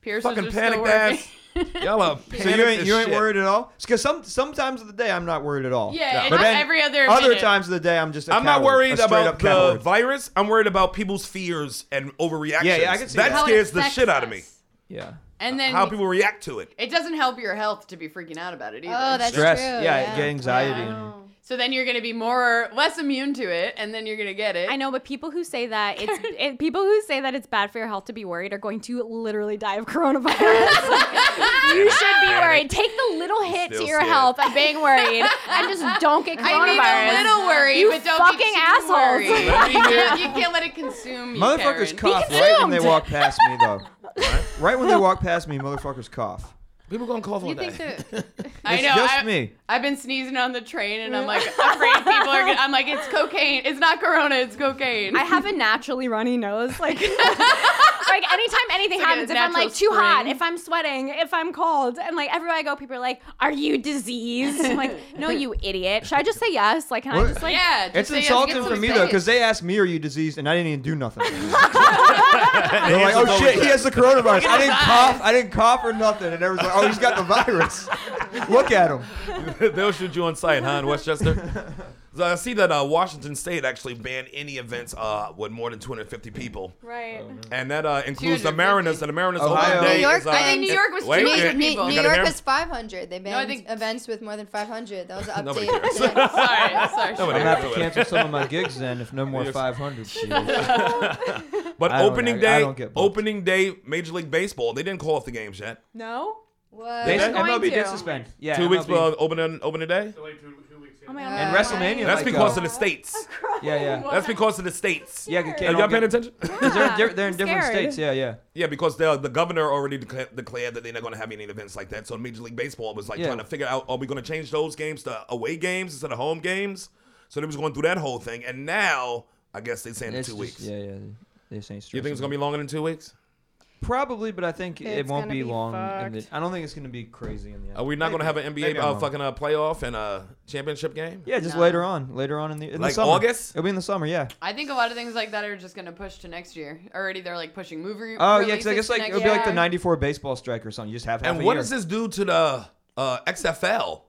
S6: Pierces
S5: Fucking
S6: are
S5: panicked
S6: still working.
S5: ass. Y'all are
S7: so you ain't you ain't worried at all? Because some sometimes of the day I'm not worried at all.
S6: Yeah,
S7: but
S6: it's
S7: then
S6: every other
S7: other
S6: minute.
S7: times of the day I'm just. i
S5: I'm not worried
S7: a straight
S5: about
S7: up
S5: the
S7: coward.
S5: virus. I'm worried about people's fears and overreactions.
S7: Yeah, yeah, I can see that.
S5: That
S7: How
S9: it
S5: scares the
S9: affects
S5: shit out of me.
S9: us.
S7: Yeah.
S6: And then
S5: How people react to it.
S6: it doesn't help your health to be freaking out about it either.
S9: Oh, that's
S7: Stress.
S9: true.
S7: Yeah, it get anxiety. and-
S8: Oh.
S6: so then you're going to be more less immune to it, and then you're going to get it.
S10: I know, but people who say that it's
S6: <laughs>
S10: it, people who say that it's bad for your health to be worried are going to literally die of
S6: <laughs>
S10: coronavirus. you should be worried. Take the little hit
S5: Still
S10: to your
S5: scared.
S10: health by being worried and just don't get coronavirus.
S6: I mean, a little worried,
S10: You
S6: but don't be
S10: fucking
S6: too
S10: assholes.
S6: worried.
S5: Let me
S6: You
S5: hear-
S6: can't- you can't let it consume you, Karen.
S7: Motherfuckers cough right when they walk past me though. Right when they walk past me, motherfuckers cough.
S5: People gonna cough all
S9: You
S5: day.
S9: think that
S6: I
S7: It's
S6: know.
S7: just
S6: I,
S7: me.
S6: I've been sneezing on the train,
S10: <laughs>
S6: and I'm like afraid people are. Gonna, I'm like, it's cocaine. It's not corona. It's cocaine. <laughs>
S10: I have a naturally runny nose. Like, like anytime anything
S6: It's like a
S10: happens, if I'm
S6: natural
S10: like too hot,
S6: spring.
S10: if I'm sweating, if I'm cold, and like everywhere I go, people are like, "Are you diseased?" I'm like,
S6: <laughs>
S10: "No, you idiot." Should I just say yes? Like, can I
S7: What?
S10: just like?
S6: yeah, Uh, just
S7: It's
S6: say yes,
S7: insulting
S6: get
S7: for
S6: some
S7: me though,
S6: space.
S7: because they asked me, "Are you diseased?" and I didn't even do <laughs> nothing. They're like,
S5: Answer's
S7: "Oh
S5: always
S7: shit, he
S5: that.
S7: has the coronavirus." I didn't cough. I didn't cough or nothing, and everyone's like, "Oh, he's got the virus." Look at him.
S5: <laughs> They'll shoot you on sight, huh, in
S7: <laughs>
S5: Westchester? So I see that uh, Washington State actually banned any events uh, with more than 250 people.
S10: Right.
S5: And that uh, includes the
S6: 250.
S5: Mariners. And the Mariners open
S7: Ohio.
S5: day
S7: New
S8: York
S5: is, uh,
S8: I think New
S6: York was
S5: wait,
S6: too
S8: New,
S6: many
S5: wait,
S8: New-
S6: people.
S8: New
S6: <laughs>
S5: You got a
S8: York
S5: Mar-
S8: was 500. They banned
S6: I think-
S8: events with more than 500. That was
S5: <laughs>
S8: an
S5: Nobody
S8: update.
S5: cares.
S8: <laughs>
S6: sorry, sorry.
S5: Nobody
S6: sorry.
S7: I'm gonna have to cancel
S5: <laughs>
S7: some of my gigs then, if no more
S5: Yes.
S7: 500. Shit.
S5: But
S7: I don't
S5: opening
S7: know. I
S5: day,
S7: don't get booked.
S5: opening day, Major League Baseball. They didn't call off the games yet.
S10: No.
S8: What?
S7: They,
S10: They're
S7: MLB
S10: going
S7: did
S10: to.
S7: suspend. Yeah,
S5: Two weeks
S7: MLB.
S5: before opening opening day.
S10: Oh my
S7: And
S10: god.
S7: WrestleMania.
S5: That's
S7: like,
S5: because
S7: uh,
S5: of the states.
S7: Yeah, yeah.
S5: That's because of the states.
S7: Yeah, 'cause
S5: Are
S7: Ken
S5: y'all
S7: don't
S5: paying
S7: get-
S5: attention?
S7: 'cause They're, they're, they're in
S10: I'm
S7: different
S10: scared.
S7: states. Yeah, yeah.
S5: yeah, because the the governor already decla- declared that they're not going to have any events like that. So Major League Baseball was like
S7: Yeah.
S5: trying to figure out: Are we going to change those games to away games instead of home games? So they was going through that whole thing, and now I guess they're saying
S7: It's
S5: two
S7: just-
S5: weeks.
S7: Yeah, yeah. They're saying
S5: You think it's going to be longer than two weeks?
S7: Probably, but I think it
S10: It's
S7: won't
S10: gonna
S7: be,
S10: be
S7: long. In the,
S10: fucked.
S7: I don't think it's going to be crazy in the end.
S5: Are we not going to have an NBA
S7: Maybe I'm
S5: uh,
S7: wrong.
S5: fucking uh, playoff and a championship game?
S7: Yeah, just
S6: No.
S7: later on. Later on in the in
S5: Like
S7: the summer.
S5: August?
S7: It'll be in the summer. Yeah.
S6: I think a lot of things like that are just going to push to next year. Already, they're like pushing movie.
S7: Oh yeah,
S6: releases
S7: because I guess
S6: to
S7: like
S6: next
S7: it'll be like the
S6: year.
S7: '94 baseball strike or something. You just have. Half
S5: And
S7: a
S5: what
S7: year.
S5: does this do to the uh, XFL?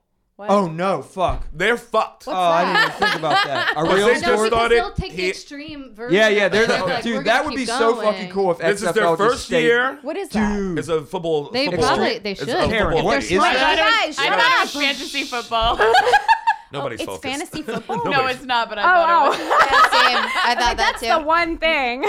S7: Oh no! Fuck.
S5: They're fucked.
S7: oh, I didn't even think about that. A real
S5: they just
S7: sport.
S5: thought- started
S9: they'll take the
S5: here-
S9: extreme version.
S7: Yeah, yeah.
S9: of it.
S7: They're the
S9: like, we're
S7: dude.
S9: gonna
S7: That would be
S9: keep
S7: so
S9: going.
S7: fucking cool if
S5: This
S7: XFL
S5: is their
S7: just
S5: first
S7: stayed-
S5: year.
S10: What is that?
S7: Dude.
S5: It's a football.
S9: They
S5: football
S9: probably-
S5: league.
S9: they
S5: It's
S9: should.
S5: a football
S7: Karen,
S5: league.
S7: what
S6: <laughs>
S7: is that?
S8: guys,
S6: I thought it was fantasy
S7: <laughs>
S6: football.
S5: Nobody's
S10: It's
S5: focused.
S10: fantasy football.
S5: <laughs>
S6: no,
S5: Nobody's-
S6: it's not. But I
S10: Oh,
S6: thought it was.
S10: <laughs> oh.
S8: Yeah, same. I thought that
S10: That's
S8: too.
S10: the one thing.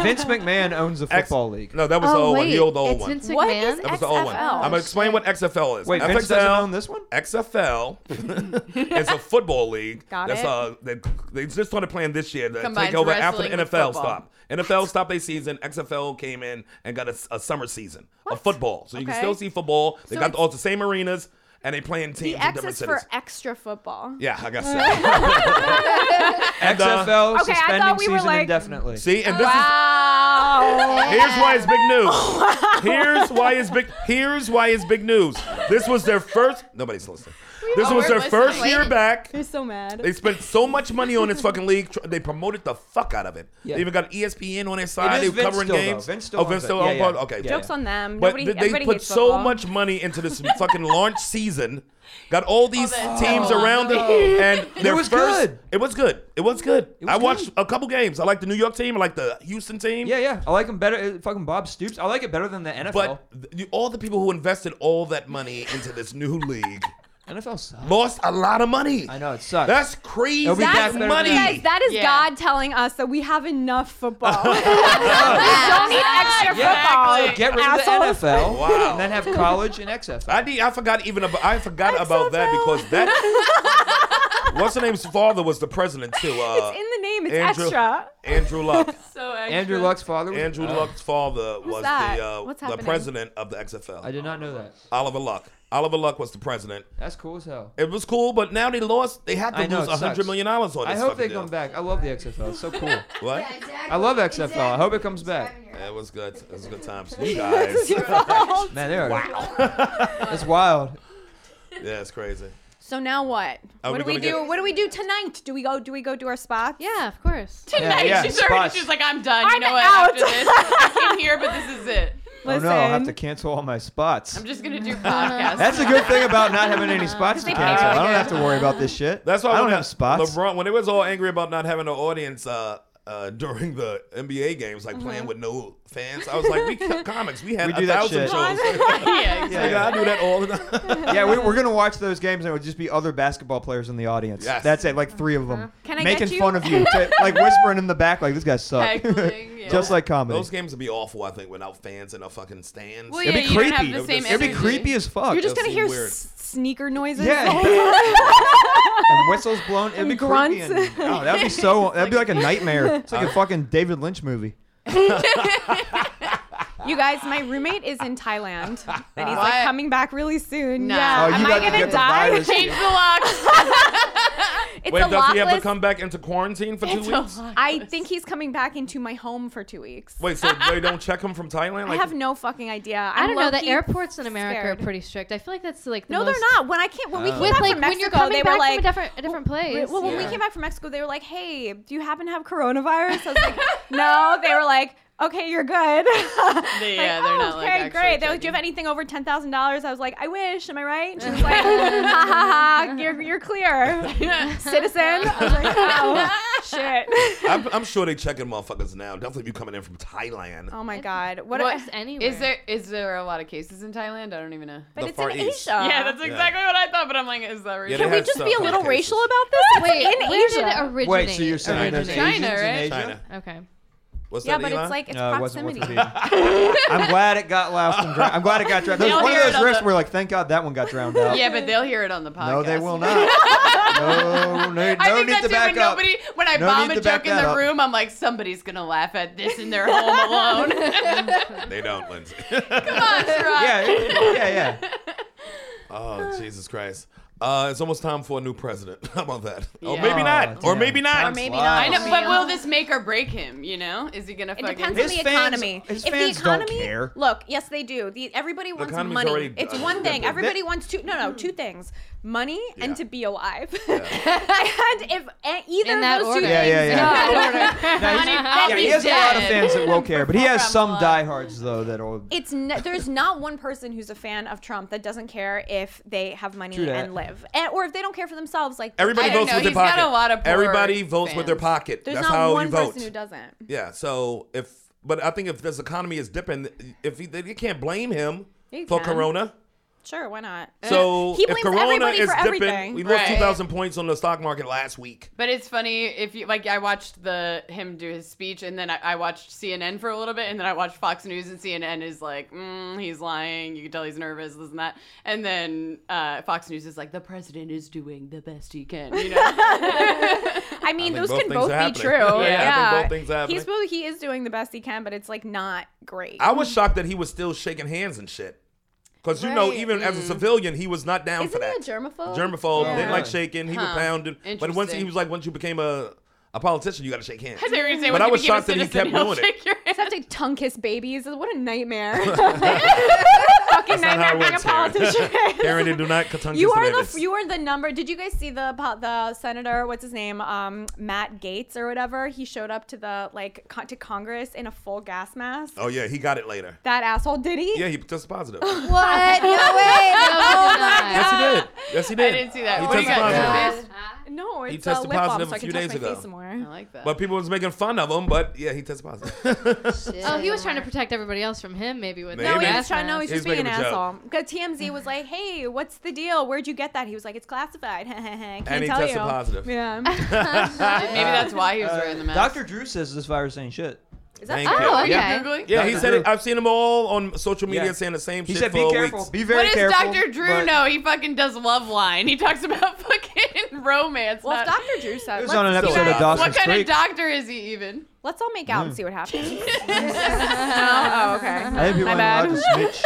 S7: Vince McMahon owns a
S5: X-
S7: football league.
S5: No, that was the
S9: Oh
S5: old one.
S9: wait,
S5: He owned the old
S9: it's
S5: one.
S9: Vince
S10: What is
S9: McMahon.
S5: That was the old one.
S10: XFL.
S5: I'm gonna explain what XFL is.
S7: Wait,
S5: XFL,
S7: Vince doesn't own this one.
S10: <laughs>
S5: XFL is a football league.
S10: Got
S5: that's
S10: it.
S5: uh they, they just started playing this year to
S6: Combines
S5: take over after the
S6: wrestling with
S5: NFL
S6: football.
S5: stop. NFL stopped their season. XFL came in and got a, s- a summer season of football, so you can
S10: Okay.
S5: still see football. They
S10: So
S5: got
S10: it's-
S5: all the same arenas and they playing teams
S10: The
S5: in
S10: X
S5: different
S10: is
S5: cities.
S10: for extra football.
S5: yeah, I got that.
S10: <laughs>
S7: XFL
S10: Okay, I
S7: suspending
S10: thought we were,
S7: season
S10: like-
S7: indefinitely.
S5: uh, See, and this is <laughs>
S10: Wow.
S5: Here's why it's big news.
S10: <laughs>
S5: Here's why it's big. Here's why it's big news. This was their first. Nobody's listening. This
S6: Oh,
S5: was
S6: we're
S5: their first
S6: listening.
S5: year back.
S10: They're so mad.
S5: They spent so much money on this fucking league. Tr- They promoted the fuck out of it.
S7: Yeah.
S5: They even got E ESPN on their side.
S7: is
S5: They
S7: Vince
S5: were covering
S7: still, though.
S5: games.
S7: Vince still
S5: oh,
S7: owns
S5: Vince
S7: it.
S5: still
S7: Yeah,
S5: owns
S7: yeah.
S5: it? Okay.
S7: Yeah,
S10: Jokes on them.
S5: But
S10: Nobody,
S5: th- they
S10: everybody
S5: put
S10: hates
S5: so
S10: football.
S5: much money into this fucking launch season. Got all these
S6: All the
S10: Oh,
S5: teams
S6: talent.
S5: around it,
S10: <laughs>
S5: and their
S7: was
S5: first-
S7: good.
S5: It was good. It was good. I
S7: good.
S5: watched a couple games. I like the New York team. I like the Houston team.
S7: Yeah, yeah. I like him better. uh, Fucking Bob Stoops. I like it better than the NFL.
S5: But th- you- all the people who invested all that money into this new league
S7: NFL sucks.
S5: lost a lot of money.
S7: I know it sucks.
S5: That's crazy
S7: It'll be back
S5: That's
S7: better than
S5: money.
S7: that.
S10: Guys, that is
S6: Yeah.
S10: God telling us that we have
S7: <laughs>
S10: enough football. <laughs> we don't need extra football.
S6: Exactly.
S7: Get rid
S10: Assholes.
S7: of the
S6: <laughs>
S7: NFL.
S5: Wow.
S7: And then have college and XFL.
S5: I need, I forgot even about I forgot about that because that
S10: <laughs>
S5: what's her name's father was the president too. Uh,
S10: It's in the name. It's
S5: Andrew,
S10: extra.
S5: Andrew
S10: <laughs>
S5: Luck.
S6: So extra.
S7: Andrew Luck's father. was-
S5: Andrew
S7: Uh,
S5: Luck's father was
S10: that?
S5: the uh,
S10: What's
S5: the
S10: happening?
S5: president of the XFL.
S7: I did not know that.
S5: Oliver Luck. Oliver Luck was the president.
S7: That's cool as hell.
S5: It was cool, but now they lost. They had to
S7: I know,
S5: lose
S7: it
S5: a hundred
S7: sucks.
S5: million dollars on
S7: I
S5: this.
S7: hope
S5: fucking
S7: they
S5: deal.
S7: come back. I love the XFL. It's
S5: <laughs>
S7: so cool.
S5: What?
S7: I love XFL. I hope it comes back.
S5: It was good. It was good
S10: <laughs>
S5: times. You guys.
S7: Man, they are. That's wild.
S5: yeah, it's crazy.
S10: So now what?
S5: Are
S10: what
S5: we gonna
S10: do we do?
S5: get-
S10: What do we do tonight? Do we go? Do we go do our spots?
S9: Yeah, of course.
S7: Yeah, yeah,
S6: she's already,
S7: spots.
S6: she's like, I'm done. you
S10: I'm
S6: know what?
S10: out.
S6: After this, I came here, but this is it.
S7: Oh
S10: Listen.
S7: no, I'll have to cancel all my spots.
S6: I'm just gonna
S10: <laughs>
S6: do podcasts.
S7: That's a good thing about not having any spots to cancel. I don't have to worry about this shit.
S5: That's why
S7: I don't
S5: when
S7: have spots.
S5: LeBron, when they was all angry about not having an audience uh, uh, during the NBA games, like
S10: Mm-hmm.
S5: playing with no fans, I was like, we
S10: <laughs>
S5: kept comics. We had
S7: We
S5: a
S7: do that
S5: thousand
S7: shit.
S5: shows.
S6: <laughs>
S5: <laughs>
S6: yeah, exactly.
S7: Yeah,
S5: Nigga, I do that all the
S7: <laughs>
S5: time.
S7: yeah, we, we're gonna watch those games, and it would just be other basketball players in the audience.
S5: Yes.
S7: That's it, like three of
S6: Uh-huh.
S7: them,
S10: Can I
S7: making
S10: get you?
S7: fun of you, to- like whispering in the back, like this guy sucks,
S6: Heckling, yeah.
S7: <laughs> just like comedy.
S5: Those games would be awful, I think, without fans in a fucking stands.
S6: Well,
S7: It'd
S6: yeah,
S7: be
S6: you don't
S7: creepy.
S6: have the same
S7: It'd be
S6: energy.
S7: creepy as fuck.
S10: You're just
S5: That
S10: gonna hear
S5: seemed weird.
S10: s- sneaker noises.
S7: yeah,
S10: the whole
S7: and whistles blown. It'd be creepy.
S10: grunts.
S6: <laughs>
S7: And, oh, that'd be so. That'd be like a nightmare. It's like a fucking David Lynch movie.
S10: <laughs> You guys, my roommate is in Thailand, and he's
S6: What?
S10: like coming back really soon.
S6: No.
S10: Yeah,
S6: Oh,
S7: you
S10: am
S7: got to
S10: I gonna
S7: get the
S10: die?
S7: virus.
S10: <laughs>
S6: Change the locks.
S10: It's
S5: Wait,
S10: a
S5: does he have to
S10: lockless.
S5: come back into quarantine for two weeks?
S10: I think he's coming back into my home for two weeks.
S5: Wait,
S10: <laughs>
S5: so they don't check him from Thailand?
S10: I have no fucking idea.
S9: I
S10: I'm
S9: don't know. The
S10: low-key
S9: airports in America
S10: scared.
S9: are pretty strict. I feel like that's like the
S10: No, they're
S9: most-
S10: not. When I came, when we came
S9: With
S10: back
S9: like
S10: from
S9: when you're
S10: Mexico,
S9: coming
S10: they
S9: back
S10: were like,
S9: from a different, a different place.
S10: Well, when we
S5: Yeah.
S10: came back from Mexico, they were like, "Hey, do you happen to have coronavirus?"
S9: <laughs>
S10: I was like, "No." They were like, "Okay, you're good." <laughs> Like,
S6: they're not, like,
S10: Oh, okay,
S6: actually
S10: great. They were like, "Do you have anything over ten thousand dollars?" I was like, "I wish." Am I right? And she was like, "Ha ha ha! You're you're clear, citizen." I was like, "Oh
S5: <laughs>
S10: shit!" <laughs>
S5: I'm, I'm sure they checking motherfuckers now. Definitely you coming in from Thailand.
S10: Oh my god! What?
S6: What-
S10: a-
S9: anywhere.
S6: Is there is there a lot of cases in Thailand? I don't even know.
S10: but
S5: The
S10: it's
S5: Far
S10: in
S5: East.
S10: Asia.
S6: yeah, that's exactly what I thought, but I'm like, is that real?
S5: Yeah, they
S10: Can we
S5: have
S10: just
S5: some
S10: be a
S5: kind of
S10: little
S5: cases.
S10: racial about this?
S9: Wait,
S10: It's in
S9: where
S10: Asia.
S9: did it originate?
S7: Wait, so you're saying there's
S9: originate?
S6: China,
S7: Asians in
S6: right?
S7: Asia?
S5: China.
S9: Okay.
S5: What's
S10: yeah,
S5: that,
S10: but
S5: Eli?
S10: it's like it's
S7: No, it wasn't worth
S10: proximity.
S7: repeating.
S6: <laughs>
S7: I'm glad it got lost and drowned. I'm glad it got drowned. There's
S6: They'll
S7: one
S6: hear
S7: of
S6: it
S7: those
S6: on
S7: risks
S6: the-
S7: where like, thank God that one got drowned
S6: <laughs>
S7: out.
S6: Yeah, but they'll hear it on the podcast.
S7: No,
S5: <laughs>
S7: they will not.
S6: I
S7: no, no, no
S6: think
S7: need
S6: that's
S7: to
S6: it.
S7: back
S6: When
S7: up.
S6: nobody, when I
S7: No
S6: bomb
S7: need
S6: a
S7: to back
S6: joke in the
S7: that up.
S6: room, I'm like, somebody's gonna laugh at this in their home
S7: <laughs>
S6: alone.
S5: they don't, Lindsay.
S7: Yeah, it- yeah, yeah.
S5: Oh, Jesus Christ. Uh, it's almost time for a new president. <laughs> How about that? <laughs> Or
S6: Yeah.
S5: maybe not.
S7: Oh,
S5: or
S7: damn.
S5: maybe not.
S7: Or
S10: Maybe
S7: Wow.
S10: not.
S6: I know, but
S10: Yeah.
S6: will this make or break him? You know, is he gonna
S10: It
S6: fucking?
S10: depends
S7: His
S10: on the
S7: fans-
S10: economy.
S7: his
S10: if
S7: fans
S10: the
S7: don't
S10: economy,
S7: care.
S10: look, yes, they do. The everybody wants
S5: economy's
S10: money.
S5: already,
S10: it's
S5: uh,
S10: one thing.
S5: crippled.
S10: Everybody wants two. No, no, two
S7: Hmm.
S10: things: money
S5: Yeah.
S10: and to be alive. <laughs> and if a- either
S9: In
S10: of
S9: that
S10: those
S9: order.
S10: two
S7: Yeah,
S10: things,
S7: yeah,
S6: <laughs>
S7: yeah.
S10: no,
S7: No, he's-
S6: I'll
S7: yeah,
S6: be
S7: he has a lot of
S6: dead.
S7: fans that will care, but he has some
S6: From, uh,
S7: diehards
S6: <laughs>
S7: though that'll.
S10: it's ne- there's not one person who's a fan of Trump that doesn't care if they have money
S7: True that.
S10: and live, and, or if they don't care for themselves. Like
S5: Everybody
S6: I don't
S5: votes
S6: know.
S5: with their
S6: He's got
S5: pocket.
S6: a lot of poor
S5: Everybody votes with their
S6: fans.
S5: pocket.
S10: there's
S5: That's
S10: not
S5: how
S10: one
S5: you vote.
S10: person who doesn't.
S5: Yeah. So if, but I think if this economy is dipping, if he, they can't blame him
S10: You
S5: for
S10: can.
S5: Corona.
S10: Sure, why not?
S5: So
S10: He
S5: if
S10: blames
S5: Corona
S10: everybody
S5: is
S10: for
S5: dipping,
S10: everything.
S5: we lost
S6: Right.
S5: 2,000 points on the stock market last week.
S6: But it's funny if you like. I watched the him do his speech, and then I, I watched CNN for a little bit, and then I watched Fox News, and CNN is like, mm, he's lying. You can tell he's nervous, this and that. And then uh, Fox News is like, the president is doing the best he can.
S7: <laughs>
S6: You know,
S10: I mean,
S5: think
S10: those
S5: both
S10: can
S5: things
S10: both
S5: are
S10: be
S5: happening. <laughs>
S10: true.
S5: Yeah, I
S10: Yeah,
S5: think both things are happening.
S10: He's supposed- he is doing the best he can, but it's like not great.
S5: I was shocked that he was still shaking hands and shit. Because, you know,
S6: Right,
S5: even as a civilian, he was not down for
S10: Isn't
S5: that.
S10: he a germaphobe?
S5: germaphobe.
S7: Mm. Yeah.
S5: Didn't like
S7: Yeah.
S5: shaking. He would pound. it. But once he
S6: Interesting.
S5: was like, once you became a, a politician, you got to shake hands.
S6: I thought you were gonna say,
S5: But
S6: when
S5: I
S6: you
S5: was
S6: became a
S5: shocked that he
S6: citizen, <laughs>
S5: kept
S6: he'll
S5: doing it.
S6: shake your hand.
S5: <laughs>
S10: Except like tongue kiss babies. What a nightmare. fucking
S5: That's not how
S10: nightmare
S5: it
S10: being a
S5: works here.
S10: politician.
S5: Karen, they do not cut
S10: You are the you are the number. Did you guys see the po- the senator? What's his name? Um, Matt Gates or whatever. He showed up to the like con- to Congress in a full gas mask.
S5: Oh yeah, he got it later.
S10: That asshole did he?
S5: Yeah, he tested positive.
S8: What? No way.
S9: <laughs> Oh,
S8: No.
S9: my
S5: yes,
S9: God.
S5: he did. Yes, he
S6: I
S5: did.
S6: didn't see that.
S5: He
S6: what do you
S5: tested
S6: got?
S5: <laughs> positive.
S6: This?
S10: No, it's
S5: He
S10: uh,
S5: tested
S10: lip balm,
S5: positive
S10: so
S5: a
S10: I can
S5: few
S10: touch
S5: days
S10: my
S5: ago.
S10: face some
S9: Oh.
S6: I
S10: more.
S6: like that.
S5: But people was making fun of him, but yeah, he tested
S7: <laughs>
S5: positive.
S9: <laughs> Oh, he was trying to protect everybody else from him, maybe. With
S5: No,
S10: No,
S9: that
S10: he
S5: Maybe.
S10: was
S9: gas
S10: trying. No, he's
S9: mask.
S10: just
S5: He's
S10: being an
S5: making a joke.
S10: asshole. Because TMZ was like, "Hey, what's the deal? Where'd you get that?" He was like, "It's classified." <laughs> Can't
S5: And he
S10: tell
S5: tested
S10: you.
S5: positive.
S7: <laughs>
S10: Yeah.
S6: Maybe
S7: Uh,
S6: that's why he was wearing the mask.
S7: Dr. Drew says this virus ain't shit.
S10: Is that
S5: Thank
S10: so?
S5: you.
S9: Oh,
S6: Are you
S9: okay.
S6: Googling?
S5: yeah, he
S7: Dr.
S5: said
S7: Drew.
S5: it. I've seen him all on social media
S7: Yeah.
S5: saying the same
S7: He
S5: shit
S7: said,
S5: for
S7: "Be
S5: weeks.
S7: careful. Be very
S6: What does
S7: careful."
S6: Dr. Drew
S7: but-
S6: know? He fucking does Love Line. He talks about <laughs> fucking romance.
S10: Well, if
S6: not-
S10: Dr. Drew said,
S7: It was
S10: let's,
S7: on an episode
S5: guys,
S7: of Dawson's
S6: what kind
S7: Creek.
S6: of doctor is he even?
S10: let's all make
S7: Mm.
S10: out and see
S7: <laughs>
S10: what happens. <laughs> No? Oh, okay.
S7: I think people
S10: My
S7: aren't
S10: bad.
S7: allowed to
S6: <laughs>
S7: snitch.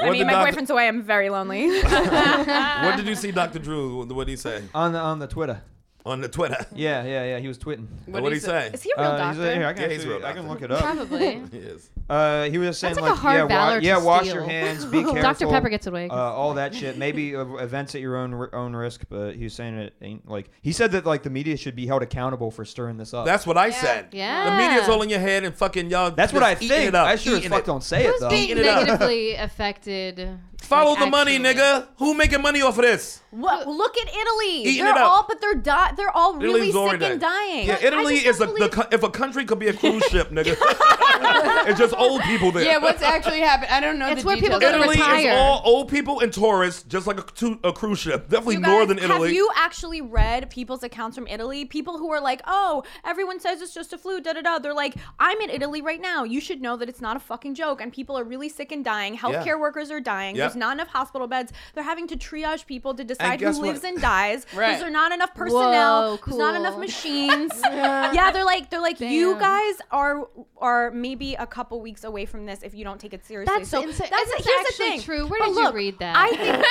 S10: I
S5: What
S10: mean,
S5: did
S10: my
S5: Dr.
S10: boyfriend's away. I'm
S5: <laughs>
S10: very lonely.
S5: What did you see, Dr. Drew? What did he
S7: <laughs>
S5: say
S7: on the on the Twitter.
S5: on the Twitter?
S7: Uh, Yeah, yeah, yeah. He was twitting.
S5: What did he say?
S10: Is he a real
S7: Uh, he's
S10: doctor?
S7: like, here, I can,
S5: Yeah, he's
S7: actually-
S5: real
S7: I can
S5: doctor.
S7: look it up.
S9: Probably.
S5: Yes.
S7: Uh, he was saying
S9: That's like a hard
S7: yeah, wa-
S9: valor to
S7: yeah, wash your
S9: steal.
S7: hands, be careful.
S9: Dr. Pepper gets away.
S7: Uh, all that shit. Maybe uh, events at your own r- own risk, but he was saying it ain't like he said that like the media should be held accountable for stirring this up.
S5: That's what I said.
S9: Yeah.
S5: The media's all in your head and fucking y'all.
S7: That's what
S5: just
S7: I
S5: eating
S7: think.
S5: It up,
S7: I sure as
S5: eating
S7: fuck
S5: it.
S7: don't say it though.
S9: Who's being
S5: it up.
S9: negatively affected?
S5: Follow
S9: like,
S5: the money,
S9: actually?
S5: nigga. Who making money off of this?
S10: What? Look at Italy.
S5: Eating
S10: they're
S5: it up.
S10: all, but they're di- they're all really
S5: Italy's already
S10: sick and
S5: dead.
S10: dying.
S5: Yeah,
S10: Like, I
S5: Italy
S10: just
S5: is a,
S10: don't
S5: the
S10: believe-
S5: co- if a country could be a cruise ship, nigga. <laughs> it's just old people there.
S6: Yeah, what's actually happened? I don't know
S9: It's
S6: the
S9: where people
S6: details.
S9: go to
S5: Italy
S9: retire.
S5: is all old people and tourists, just like a, tu- a cruise ship. Definitely
S10: You guys,
S5: northern Italy.
S10: Have you actually read people's accounts from Italy? People who are like, "Oh, everyone says it's just a flu." Da da da. They're like, "I'm in Italy right now. You should know that it's not a fucking joke." And people are really sick and dying. Healthcare workers are dying.
S5: Yeah.
S10: There's not enough hospital beds. They're having to triage people to decide who
S5: guess what?
S10: lives
S9: <laughs>
S10: and dies. Because
S6: Right.
S10: There's not enough personnel.
S9: Whoa,
S10: There's not
S9: cool. <laughs>
S10: enough machines. yeah. they're like, they're like, you
S9: Damn.
S10: guys are are maybe a couple weeks away from this if you don't take it seriously.
S9: That's
S10: so
S9: insane.
S10: That's
S9: That's
S10: here's
S9: actually
S10: the thing.
S9: true. Where
S10: But
S9: did you
S10: look,
S9: read that?
S10: I think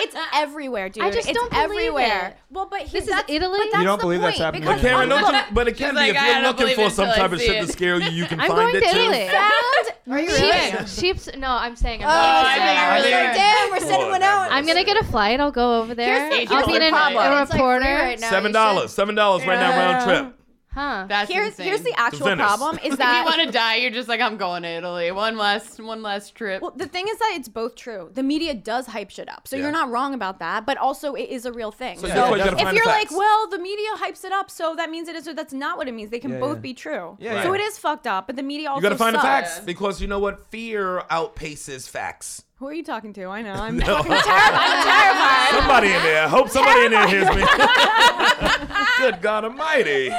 S10: it's everywhere, dude.
S9: I just
S10: it's
S9: don't believe
S10: everywhere.
S9: it.
S10: Well, but
S9: This is
S10: that's-
S9: Italy?
S10: But that's
S7: You don't
S10: the
S7: believe
S10: point,
S7: that's happening
S10: because-
S5: Karen,
S10: oh,
S5: don't you,
S10: look,
S5: but it can
S6: like,
S5: be.
S6: I
S5: If
S6: don't
S5: you're looking
S6: believe
S5: for
S6: it
S5: some
S6: till I
S5: type of
S6: see
S5: shit
S6: it.
S5: to scare you, you can
S9: I'm
S5: find
S9: going
S5: it
S9: to
S5: too.
S9: Italy.
S10: Found
S9: Are you
S6: really?
S9: sheeps, sheeps. No, I'm saying. I'm,
S8: Oh,
S9: gonna,
S8: I
S6: I
S8: think I
S6: think-
S8: was like, damn, we're
S5: Come
S8: sending
S5: on,
S8: one
S5: man.
S8: out.
S9: I'm gonna get a flight. I'll go over there.
S10: Here's the
S9: I'll be
S6: fucking
S9: an,
S6: problem.
S9: a
S8: It's like free
S9: reporter.
S8: right now.
S5: Seven dollars. Seven dollars right now round trip.
S9: Huh?
S6: That's
S10: here's
S6: insane.
S10: here's the actual
S5: Venice.
S10: problem is
S6: If you
S10: that.
S6: want to die, you're just like I'm going to Italy. One last one last trip.
S10: Well, the thing is that it's both true. The media does hype shit up, so
S5: Yeah.
S10: you're not wrong about that. But also, it is a real thing. So,
S5: that's why you gotta
S10: if
S5: find the
S10: you're like,
S5: facts.
S10: "Well, the media hypes it up," so that means it is. Or that's not what it means. They can
S7: Yeah,
S10: both
S7: yeah.
S10: be true.
S7: Yeah,
S10: so
S5: yeah.
S10: it is fucked up. But the media also
S5: You gotta find the
S10: sucks.
S5: facts because you know what? Fear outpaces facts.
S10: Who are you talking to? I
S5: <laughs>
S10: know. I'm fucking terrified. <laughs> I'm terrified.
S5: Somebody in there. I hope somebody in there hears me. Good God Almighty.
S10: Oh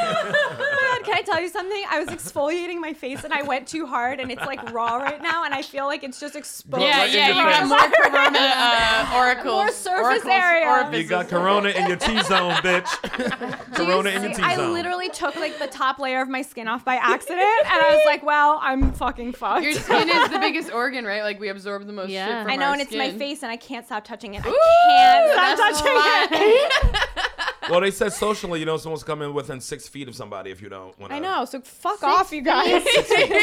S10: my God, can I tell you something? I was exfoliating my face and I went too hard and it's like raw right now and I feel like it's just exposed.
S6: yeah,
S5: Like in
S6: yeah, you
S5: your
S6: got
S5: face.
S6: more
S10: <laughs>
S6: corona uh, oracles,
S10: More surface
S6: oracles,
S10: area.
S6: orifices.
S5: You got Corona in your T zone, bitch. corona in your T zone.
S10: I literally took like the top layer of my skin off by accident and I was like, well, I'm fucking fucked.
S6: Your skin is the biggest organ, right? Like we absorb the most
S9: Yeah.
S6: shit from
S10: I know,
S6: our
S10: and it's my
S6: skin.
S10: face and I can't stop touching it. I can't
S6: that's
S10: stop touching it.
S5: Well, they said socially, you know, someone's coming within six feet of somebody if you don't want to.
S10: <laughs> I know, so fuck off,
S6: <laughs>
S10: you guys.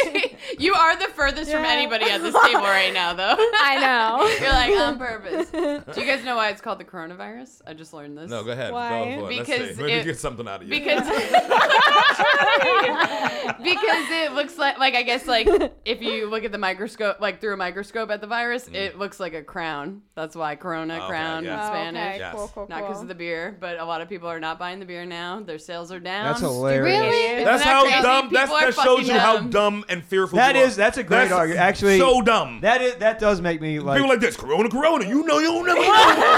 S10: <laughs>
S6: you are the furthest from
S10: Yeah.
S6: anybody at
S10: <laughs>
S6: this table right now, though. <laughs>
S10: I know.
S6: You're like on purpose. <laughs> Do you guys know why it's called the coronavirus? I just learned this.
S5: No, go ahead.
S10: Why?
S5: Go for it. Let's
S6: Because
S5: see. Maybe
S6: it-
S5: get something out of you.
S6: because <laughs> because it looks like like I guess like if you look at the microscope like through a microscope at the virus, it looks like a crown. That's why corona
S5: Mm. Okay,
S6: crown
S5: yeah.
S6: in
S10: Oh,
S6: Spanish.
S10: okay,
S5: Yes.
S10: cool, cool, cool.
S6: Not because of the beer, but a lot of people are not buying the beer now. Their sales are down.
S7: That's hilarious.
S9: Really?
S5: That's
S6: Isn't that
S5: how
S6: <laughs> crazy?
S5: dumb.
S6: People
S5: That's,
S6: are
S5: that shows you
S6: fucking
S5: how
S6: dumb.
S5: dumb and fearful.
S7: That
S5: you
S7: is-
S5: are.
S7: that's a great argument. Actually-
S5: so dumb.
S7: That is that does make me like.
S5: People like this, Corona, Corona. You know, you don't never know.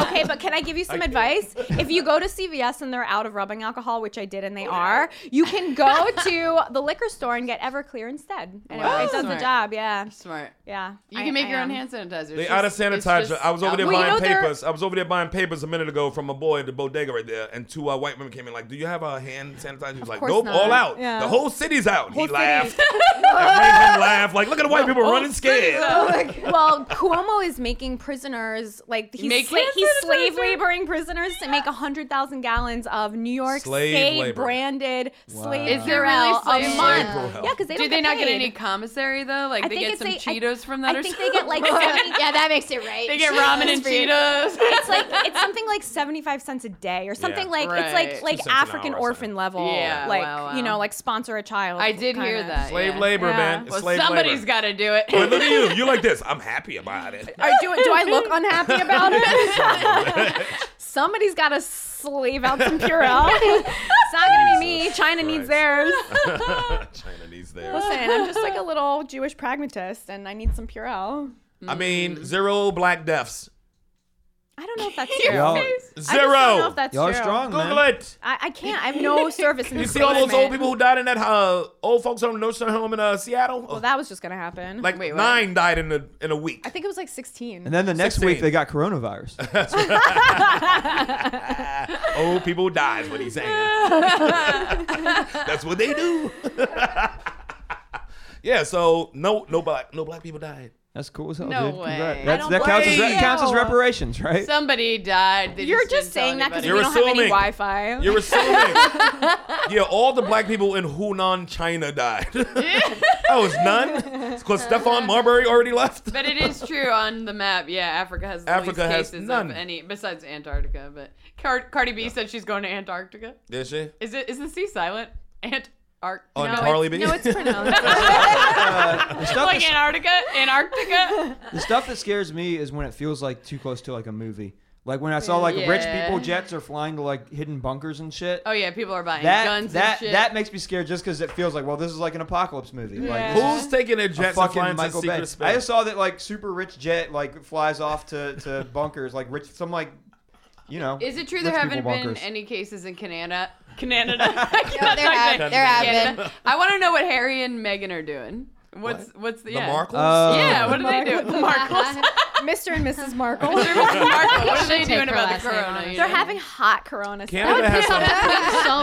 S10: Okay, but can I give you some advice? If you go to CVS and they're out of rubbing alcohol, which I did and
S5: Oh,
S10: they are, you
S5: <laughs>
S10: can go to the liquor store and get Everclear instead. And it-
S6: Wow.
S10: it, does the
S6: Smart.
S10: job, yeah.
S6: Smart.
S10: Yeah.
S6: You
S10: I-
S6: can make
S10: I
S6: your own
S10: am. <laughs>
S6: hand sanitizer.
S5: They
S6: It's
S5: out of
S6: just- it's
S5: sanitizer.
S6: just
S5: I was over there
S10: Well, you
S5: buying
S10: know they're-
S5: papers. I was over there buying papers a minute ago from a boy at the bodega right there, and two uh, white women came in like, "Do you have a hand sanitizer?" He was like,
S10: course
S5: "Nope,
S10: not.
S5: all out.
S10: Yeah.
S5: The whole city's out."
S10: Whole
S5: he
S10: city. <laughs>
S5: laughed. it made him laugh. Like, look at the white people running scared.
S10: Well, Cuomo is making prisoners like he's
S6: Make
S10: sla-
S6: hand
S10: he's
S6: sanitizer?
S10: slave laboring prisoners to make 100,000 gallons of New York
S5: Slave
S10: State
S5: labor.
S10: branded slave
S6: Is there really
S10: Purell
S6: slave
S10: a
S6: labor?
S10: month.
S5: Slave Purell.
S10: Yeah, because they
S6: Do
S10: don't
S6: they
S10: get
S6: not get
S10: paid.
S6: any commissary though? Like
S10: I
S6: they
S10: think
S6: get
S10: it's
S6: some
S10: a- I-
S6: Cheetos from that
S10: I
S6: or
S10: think they
S6: something? <laughs>
S10: get like
S8: yeah, that makes it right.
S6: They get ramen and Cheetos.
S10: it's like it's something like 75 cents a day or something
S5: Yeah.
S10: like it's
S6: Right.
S10: like
S5: Two cents
S10: like
S5: an hour
S10: African
S5: or something.
S10: orphan level.
S6: Yeah,
S10: Like
S6: wow,
S10: you
S6: wow.
S10: know, like sponsor a child.
S6: I did hear
S10: kinda.
S6: that.
S5: Slave
S6: yeah.
S5: labor,
S10: Yeah.
S5: man. It's
S6: Well,
S5: slave
S6: somebody's
S5: labor.
S6: got to do it.
S5: But look at
S6: <laughs>
S10: <laughs>
S5: you. You like this. I'm happy about it.
S10: Or do, <laughs> do I look unhappy about
S6: <laughs>
S10: it? Somebody's got to slave out
S6: <laughs>
S10: some Purell. it's not going to be me.
S5: Jesus
S10: China
S5: Christ.
S10: needs theirs.
S5: <laughs> China needs theirs.
S10: Listen, I'm just like a little Jewish pragmatist and I need some Purell.
S5: I mean, zero black deaths.
S10: I don't know
S6: <laughs>
S10: if that's
S7: Your
S10: true.
S7: face.
S10: I just don't know if
S5: Zero.
S10: that's
S7: Y'all are
S10: true.
S7: strong,
S5: Google
S7: man.
S5: it.
S10: I, I can't. I
S6: <laughs>
S10: have no service in
S5: You
S10: this
S5: see all those old
S10: basement.
S5: people who died in that uh, old folks home, nursing home in uh, Seattle?
S10: Well, that was just going to happen.
S5: like
S6: Wait, what?
S5: nine died in a in a week.
S10: I think it was like 16.
S7: And then the next week
S5: 16.
S7: they
S5: <laughs>
S7: got coronavirus.
S5: Ah, old people die is what he's
S6: <laughs>
S5: saying. That's what they do. <laughs> yeah. So no no black no black people died.
S7: That's cool as hell,
S6: No
S7: dude.
S6: way.
S7: Congrats.
S6: I
S7: That's,
S10: don't
S7: that counts as,
S5: blame
S7: that counts as
S10: you.
S7: reparations, right?
S6: Somebody died. They
S10: You're
S6: just
S10: just saying
S6: didn't
S10: that
S6: tell
S10: because
S5: You're
S10: we don't have
S5: assuming.
S10: any Wi Fi.
S5: You're assuming. yeah, all the black people in Hunan, China died. <laughs> oh, it's none? Because Stefan Marbury already left?
S6: But it is true on the map. Yeah, Africa has the
S5: Africa
S6: least
S5: has
S6: cases
S5: none.
S6: of any besides Antarctica. But Car- Cardi B said she's going to Antarctica.
S5: Did she?
S6: Is it is the sea silent? Antarctica.
S5: On
S6: no,
S5: Carly B?
S10: <laughs>
S9: No, it's pronounced.
S7: Uh, the,
S6: it's
S7: stuff
S6: like
S7: that's-
S6: Antarctica, <laughs> Antarctica.
S7: the stuff that scares me is when it feels like too close to like a movie. Like when I saw like rich
S6: Yeah.
S7: people jets are flying to like hidden bunkers and shit.
S6: oh yeah, people are buying
S7: that
S6: guns and
S7: that
S6: shit.
S7: that makes me scared just because it feels like well this is like an apocalypse movie. Like, this is
S5: <laughs> Who's taking a
S7: a
S5: jet to fly
S7: fucking
S5: into
S7: Michael
S5: secret
S7: Bay.
S5: space?
S7: I just saw that like super rich jet like flies off to, to bunkers like rich some like you know.
S6: is it true
S7: rich
S6: there
S7: people
S6: haven't been
S7: bunkers.
S6: any cases in <laughs> Canada? Canada.
S8: No, there have, there have been.
S6: Canada. <laughs> I want to know what Harry and Meghan are doing. What's what's the,
S5: the
S6: yeah.
S5: Markles?
S7: Uh,
S6: Yeah, what do they do? The <laughs> Markles.
S10: Mr. and Mrs. Markle.
S6: Mr. <laughs> Markle, what are they
S9: Take
S6: doing
S9: her
S6: about
S9: last
S6: the
S9: name,
S6: corona?
S9: honestly.
S6: you
S10: They're
S6: know?
S10: having hot Corona.
S5: <laughs> Canada has some.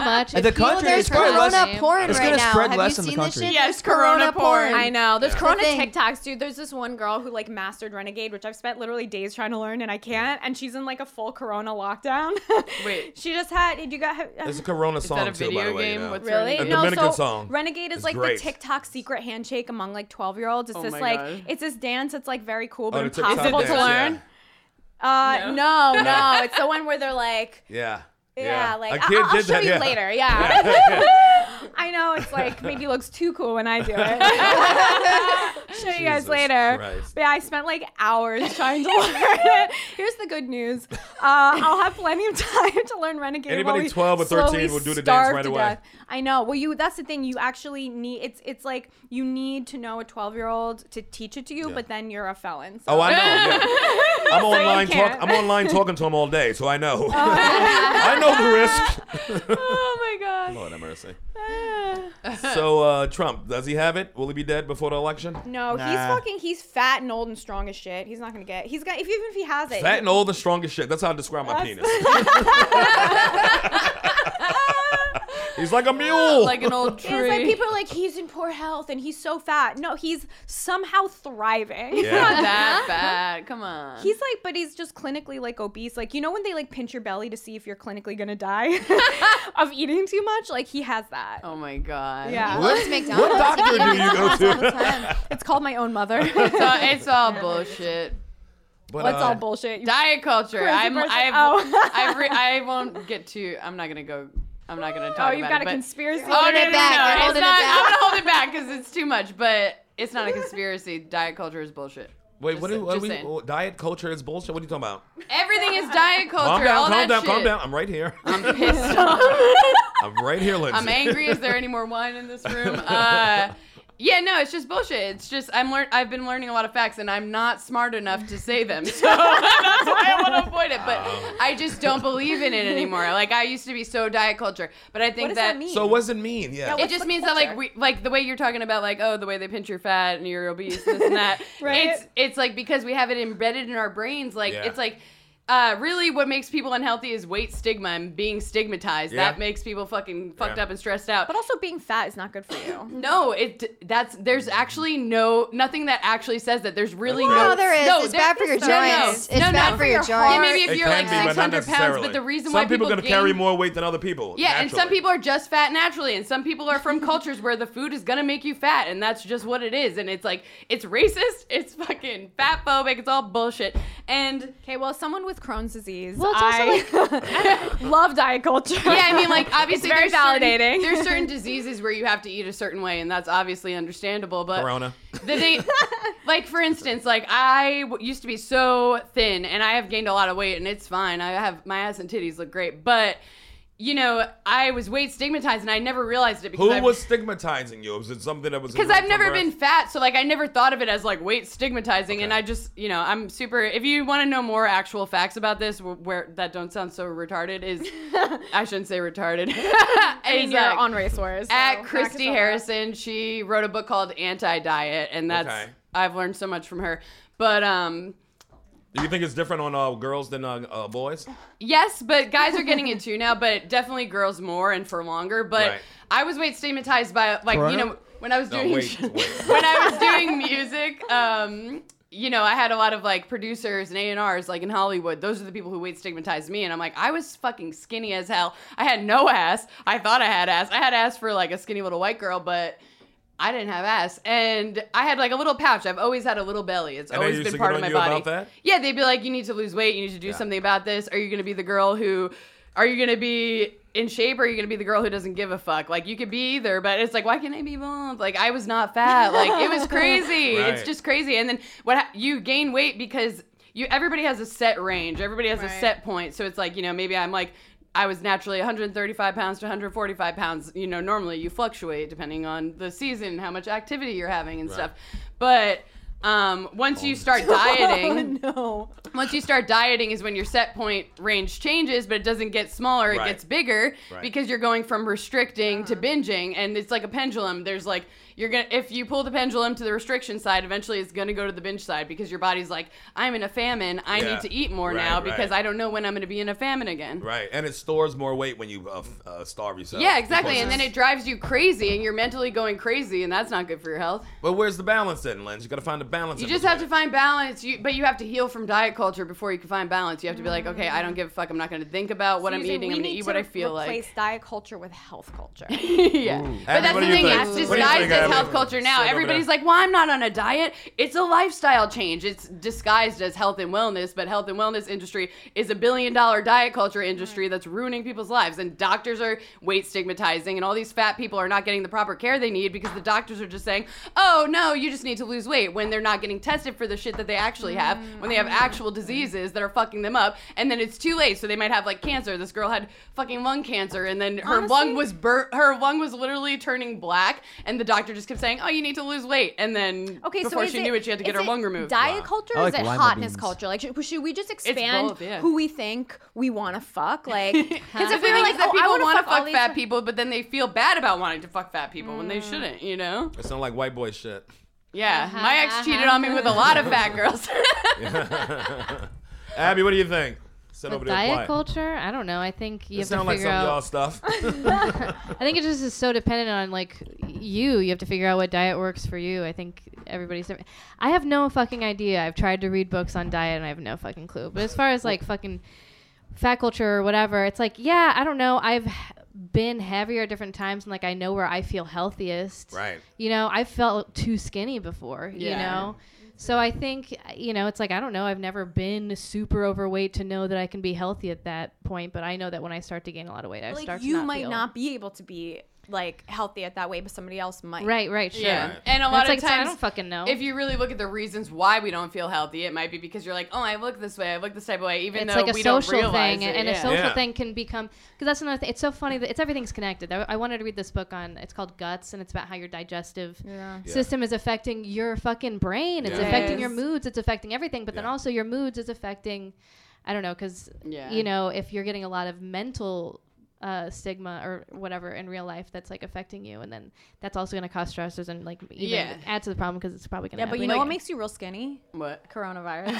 S9: <laughs> so much.
S7: And the
S9: If people
S7: country
S9: knew
S7: is
S8: There's
S9: her
S7: probably less-
S9: last
S8: corona
S9: name-
S8: porn
S7: It's
S8: right
S7: gonna
S8: now.
S7: spread
S8: Have
S7: less
S8: you
S7: in the
S8: seen this
S7: country.
S8: shit?
S6: Yes,
S8: There's corona
S6: corona porn.
S8: porn.
S10: I know. There's Corona
S8: thing.
S10: TikToks, dude. There's this one girl who like mastered Renegade, which I've spent literally days trying to learn, and I can't. And she's in like a full Corona lockdown. <laughs>
S6: Wait.
S10: she just had. Did you got?
S5: It's a Corona
S6: Is that
S5: song,
S6: a
S5: too, by the
S6: video
S5: way. you
S6: game?
S5: know.
S6: What's her
S10: <laughs> Really?
S6: name?
S5: A Dominican
S10: so
S5: song.
S10: Renegade is
S5: It's
S10: like
S5: great.
S10: the TikTok secret handshake among like 12 year olds. It's
S6: Oh
S10: this
S6: my
S10: like,
S6: God.
S10: it's this dance that's like very cool, but
S5: Oh, the TikTok
S10: impossible to
S5: dance, yeah.
S10: learn. Uh, no. no, It's the one where they're like,
S5: Yeah.
S10: yeah, like,
S5: a kid
S10: I- will
S5: did
S10: show
S5: that,
S10: you
S5: yeah.
S10: later. Yeah. I know
S5: <laughs>
S10: it's like maybe looks too cool when I do
S5: <laughs>
S10: it. Show you guys
S5: Jesus
S10: later.
S5: Christ.
S10: But yeah, I spent like hours trying to learn it. <laughs> Here's the good news: uh, I'll have plenty of <laughs> time to learn Renegade.
S5: Anybody
S10: while we
S5: 12 or 13
S10: slowly
S5: will do the dance
S10: starve
S5: right
S10: to
S5: away.
S10: death. I know. Well, you that's the thing. You actually need it's it's like you need to know a 12 year old to teach it to you, but then you're a felon. So.
S5: <laughs> Oh, I know. yeah. I'm online talk.
S10: can't.
S5: I'm online talking to him all day, so I know. <laughs> I know the risk.
S10: <laughs> oh my
S5: <laughs>
S10: Ah. god.
S5: Lord have mercy. So uh, Trump, does he have it? Will he be dead before the election?
S10: No, he's
S7: Nah.
S10: fucking. He's fat and old and strong as shit. He's not gonna get. He's got. If even if he has it,
S5: Fat and old, the strongest shit. That's how I describe my penis. He's like a mule.
S6: <laughs> Like an old tree.
S10: It's like people are like, he's in poor health and he's so fat. No, he's somehow thriving. <laughs>
S5: yeah.
S6: that bad. Come on.
S10: He's like, but he's just clinically like obese. Like, you know when they like pinch your belly to see if you're clinically
S6: <laughs>
S10: gonna die <laughs> of eating too much? Like he has that.
S6: oh my god.
S10: Yeah.
S8: Loves
S5: What
S8: McDonald's.
S5: doctor do you go to?
S10: It's called my
S6: <laughs>
S10: own mother.
S6: It's all, it's all bullshit.
S5: But,
S10: What's
S5: uh, <laughs>
S10: all bullshit? You
S6: Diet culture.
S10: Crazy
S6: I'm.
S10: person.
S6: I've.
S10: Oh.
S6: I've re- I won't get too. I'm not gonna go. I'm not gonna talk.
S10: <laughs> oh, you've
S6: about
S10: got
S6: it,
S10: a
S6: but-
S10: conspiracy.
S6: Oh no,
S8: Holding it
S6: no, no,
S8: back.
S6: no. It's
S8: You're holding it
S6: not,
S8: back.
S6: I'm gonna hold it back because it's too much. But it's not a
S10: <laughs>
S6: conspiracy. Diet culture is bullshit.
S5: Wait,
S6: Just
S5: what,
S6: say-
S5: do- what are
S6: just
S5: we?
S6: saying.
S5: oh, diet culture is bullshit. What are you talking about?
S6: Everything is diet
S5: Calm
S6: culture.
S5: down,
S6: all
S5: calm
S6: that
S5: down,
S6: shit.
S5: calm down. I'm right here. <laughs>
S6: I'm <laughs> pissed off.
S5: I'm right here, Lindsay.
S6: I'm angry. Is there any more wine in this
S5: <laughs>
S6: room? Uh, yeah, no, it's just bullshit. It's just I'm learn. I've been learning a lot of facts, and I'm not smart enough to say them, <laughs> so that's why I want to avoid it. But I just don't believe in it anymore. Like I used to be so diet culture, but I think
S10: What does that mean?
S5: So what does it mean? Yeah.
S10: Yeah,
S6: it just
S10: the
S6: means that like
S10: culture?
S6: we like the way you're talking about like oh the way they pinch your fat and
S8: <laughs>
S6: you're obese this and that
S10: Right.
S6: it's it's like because we have it embedded in our brains like
S5: Yeah.
S6: it's like uh, really what makes people unhealthy is weight stigma and being stigmatized.
S5: Yeah.
S6: That makes people fucking fucked
S5: Yeah.
S6: up and stressed out.
S10: But also being fat is not good for you.
S6: No, it that's there's actually no nothing that actually says that. There's really
S5: Well,
S6: no.
S5: no,
S8: there is. It's bad for your
S6: no, no,
S8: joints.
S6: No,
S8: It's
S6: no,
S8: bad for your
S6: Yeah, maybe
S8: heart.
S6: if
S5: It
S6: you're
S5: can
S6: like
S5: be, but not
S6: 600 pounds,
S5: necessarily.
S6: but the reason
S5: some
S6: why
S5: people
S6: people
S5: are gonna
S6: gain,
S5: carry more weight than other people.
S6: Yeah, and some
S5: naturally.
S6: people are just fat naturally, and some people
S5: <laughs>
S6: are from cultures where the food is gonna make you fat, and that's just what it is. And it's like it's racist, <laughs> it's fucking fat phobic, it's all bullshit.
S5: <laughs>
S6: And
S10: Okay, well, someone with Crohn's disease,
S9: Well, it's also
S10: I
S6: <laughs>
S10: <laughs> love diet culture.
S6: yeah, I mean, like obviously
S10: very
S6: there's certain-
S10: validating.
S5: <laughs>
S6: there's certain diseases where you have to eat a certain way, and that's obviously understandable. But
S5: Corona. <laughs>
S6: the thing, like for instance, like I w- used to be so thin, and I have gained a lot of weight, and it's fine. I have my ass and titties look great, but you know, I was weight stigmatized, and I never realized it because
S5: Who
S6: I've,
S5: was stigmatizing you? Was it something that was?
S6: because I've never been fat, so like I never thought of it as like weight stigmatizing, and I just you know I'm super. If you want to know more actual facts about this, wh- where that don't sound so retarded is,
S10: <laughs>
S6: I shouldn't say retarded.
S10: <laughs>
S6: <laughs>
S10: I mean,
S6: is,
S10: you're
S6: uh,
S10: on Race Wars. so
S6: at
S10: practice
S6: Christy
S10: on that. <laughs>
S6: Harrison. She wrote a book called Anti Diet, and that's
S5: Okay.
S6: I've learned so much from her. But um,
S5: Do you think it's different on uh, girls than uh, uh, boys?
S6: Yes, but guys are getting it too now, but definitely girls more and for longer. But
S5: Right.
S6: I was weight stigmatized by like you
S7: Corona?
S6: know when I was
S5: No,
S6: doing <laughs>
S5: wait, wait.
S6: when I was doing music. Um, you know, I had a lot of like producers and A and R's like in Hollywood. Those are the people who weight stigmatized me, and I'm like, I was fucking skinny as hell. I had no ass. I thought I had ass. I had ass for like a skinny little white girl, but. I didn't have ass, and I had like a little pouch. I've always had a little belly. It's
S5: And they
S6: always
S5: used
S6: been
S5: to
S6: part
S5: get
S6: of my
S5: on you
S6: body.
S5: about that?
S6: Yeah, they'd be like, you need to lose weight. You need to do something about this. Are you going to be the girl who, are you going to be in shape or are you going to be the girl who doesn't give a fuck? Like, you could be either, but it's like, why can't I be both? Like, I was not fat. Like, it was crazy. It's
S5: Right.
S6: just crazy. And then what ha- you gain weight because you everybody has a set range, everybody has a
S10: Right.
S6: set point. So it's like, you know, maybe I'm like, I was naturally 135 pounds to 145 pounds. You know, normally you fluctuate depending on the season, how much activity you're having and stuff. But um, once you start dieting,
S10: Oh, No.
S6: once you start dieting is when your set point range changes, but it doesn't get smaller, it
S5: Right.
S6: gets bigger
S5: Right.
S6: because you're going from restricting to binging and it's like a pendulum. There's like you're going to if you pull the pendulum to the restriction side, eventually it's going to go to the binge side because your body's like, I'm in a famine, I
S5: Yeah.
S6: need to eat more
S5: Right,
S6: now
S5: right.
S6: because I don't know when I'm going to be in a famine again.
S5: Right, and it stores more weight when you uh, f- uh, starve yourself.
S6: Yeah, exactly.
S5: because
S6: And then
S5: it's-
S6: it drives you crazy and you're mentally going crazy and that's not good for your health.
S5: But where's the balance then, Lens? You gotta find the balance.
S6: You
S5: in
S6: just
S5: between
S6: have to
S5: it.
S6: find balance. You, but you have to heal from diet culture before you can find balance. You have to be like, okay, I don't give a fuck. I'm not going to think about what
S10: So
S6: I'm
S10: you're saying
S6: eating.
S10: we
S6: I'm going to
S10: need
S6: eat what
S10: to
S6: I feel
S10: Replace
S6: like.
S10: diet culture with health
S6: <laughs>
S10: culture.
S6: yeah. But that's
S5: What
S6: the
S5: do you
S6: thing.
S5: think?
S6: It's
S5: What do you
S6: disguised
S5: think,
S6: as
S5: Abby?
S6: health culture now.
S5: Sit over
S6: Everybody's
S5: there.
S6: like, well, I'm not on a diet. It's a lifestyle change. It's disguised as health and wellness, but health and wellness industry is a billion dollar diet culture industry that's ruining people's lives. And doctors are weight stigmatizing, and all these fat people are not getting the proper care they need because the doctors are just saying, oh, no, you just need to lose weight when they're not getting tested for the shit that they actually have, when they have actual diseases that are fucking them up. And then it's too late. So they might have like cancer. This girl had fucking lung cancer, and then her lung
S10: Honestly-
S6: was burnt. Her lung was literally turning black, and the doctor just kept saying, "Oh, you need to lose weight." And then
S10: Okay,
S6: before
S10: so is
S6: she
S10: it,
S6: knew it, she had to get
S10: is
S6: her
S10: it
S6: lung removed. <laughs>
S10: Diet culture
S7: I
S10: or
S7: like
S10: is it
S7: lima
S10: hotness
S7: beans.
S10: culture? Like, should, should we just expand
S6: both, yeah.
S10: who we think we want
S6: <laughs>
S10: to fuck? Like, because
S6: Because
S10: if we were like, oh, I
S6: people
S10: want to
S6: fuck,
S10: all these
S6: fat people, but then they feel bad about wanting to fuck fat people when
S9: Mm-hmm.
S6: they shouldn't, you know?
S5: It sounds like white boy
S6: <laughs>
S5: shit. <laughs>
S6: Yeah,
S9: Uh-huh,
S6: my ex cheated on me with a lot of fat girls. <laughs>
S5: Abby, what do you think? Sit
S9: But
S5: over there.
S9: diet
S5: quiet.
S9: culture, I don't know. I think you
S5: It
S9: have to
S5: sounds like
S9: figure
S5: some of y'all
S9: out.
S5: stuff.
S6: <laughs>
S9: I think it just is so dependent on like you. You have to figure out what diet works for you. I think everybody's different. I have no fucking idea. I've tried to read books on diet and I have no fucking clue. But as far as like fucking fat culture or whatever, it's like yeah, I don't know. I've been heavier at different times and like I know where I feel healthiest.
S5: Right.
S9: You know, I felt too skinny before. You
S6: Yeah.
S9: know. So I think you know it's like I don't know I've never been super overweight to know that I can be healthy at that point but I know that when I start to gain a lot of weight I start
S10: like,
S9: to
S10: you
S9: not
S10: might
S9: feel-
S10: not be able to be like healthy at that way, but somebody else might.
S9: right right sure
S6: yeah. And a lot
S9: That's
S6: of
S9: like, so
S6: times
S9: I don't fucking know.
S6: If you really look at the reasons why we don't feel healthy, it might be because you're like, "Oh, I look this way. I look this type of way," even
S9: it's
S6: though
S9: like a
S6: we
S9: social
S6: don't realize
S9: thing,
S6: it.
S9: and
S6: yeah.
S9: a social
S5: Yeah.
S9: thing can become because that's another thing. It's so funny that it's everything's connected. I, I wanted to read this book on it's called Guts, and it's about how your digestive system is affecting your fucking brain. It's
S5: Yeah.
S9: affecting your
S10: Yes.
S9: moods. It's affecting everything. But then
S5: Yeah.
S9: also your moods is affecting, I don't know, because
S6: Yeah.
S9: you know if you're getting a lot of mental uh, stigma or whatever in real life that's like affecting you, and then that's also going to cause stressors and like even
S6: Yeah.
S9: add to the problem because it's probably going to.
S10: Yeah, but you know what makes you real skinny?
S6: What? <laughs>
S10: Coronavirus.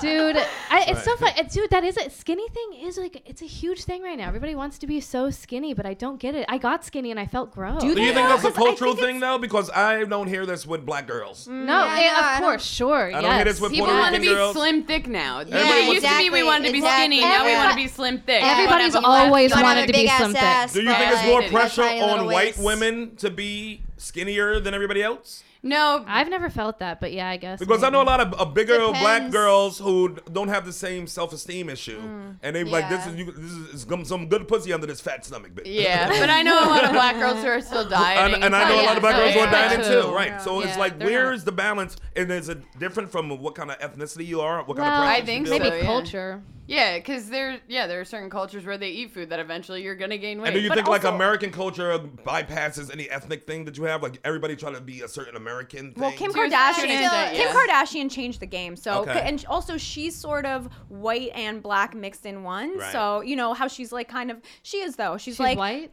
S9: dude. I, it's so fun, dude. That is a skinny thing. Is like it's a huge thing right now. Everybody wants to be so skinny, but I don't get it. I got skinny and I felt gross.
S5: Do you think that's a
S10: Because I think
S5: cultural thing though? Because I don't hear this with black girls.
S9: No,
S8: Yeah,
S9: eh,
S8: no, I
S9: of
S8: don't-
S9: course, sure.
S5: don't
S9: yes.
S5: get it's with
S6: People
S5: Puerto
S6: want to
S5: Rican
S6: be
S5: girls.
S6: slim, thick now. Yeah,
S5: Everybody
S6: it used to be we
S8: exactly,
S6: wanted to be
S8: exactly.
S6: skinny. Now we want to
S8: Everybody-
S6: be slim, thick.
S9: Everybody's
S6: Everyone has a-
S9: always
S8: You wanna have
S9: wanted
S8: a
S9: to be
S8: big-ass
S9: something.
S8: ass,
S5: Do you
S8: but-
S5: think it's more
S6: Right.
S5: pressure
S8: Tiny little
S5: on white
S8: waist.
S5: women to be skinnier than everybody else?
S6: No,
S9: I've never felt that, but yeah, I guess.
S5: Because I know a lot of uh, bigger black
S8: Depends.
S5: girls who d- don't have the same self-esteem issue, and they be like this
S8: Yeah.
S5: is you, this is some- some good pussy under this fat stomach, bitch. <laughs>
S6: yeah, but I know a lot of black girls who are <laughs> still dieting.
S5: And, and I know a lot of black girls who are
S9: yeah,
S5: dieting
S9: yeah.
S5: too,
S9: True.
S5: right? So it's
S6: Yeah,
S5: like,
S6: they're
S5: where
S6: not-
S5: is the balance? And is it different from what kind of ethnicity you are? What kind
S9: Well,
S5: of
S6: I
S5: preferences
S6: think
S5: you feel?
S9: maybe
S6: so, yeah.
S9: culture.
S6: Yeah, because there, yeah, there are certain cultures where they eat food that eventually you're gonna gain weight.
S5: And do you
S6: But
S5: think like
S6: also-
S5: American culture bypasses any ethnic thing that you have? Like everybody trying to be a certain American thing.
S10: Well, Kim
S6: To a
S10: Kardashian,
S6: certain extent,
S10: Kim
S6: yeah.
S10: Kardashian changed the game. So,
S5: Okay.
S10: and also she's sort of white and black mixed in one.
S5: Right.
S10: So you know how she's like kind of she is though. She's,
S9: She's
S10: like
S9: white.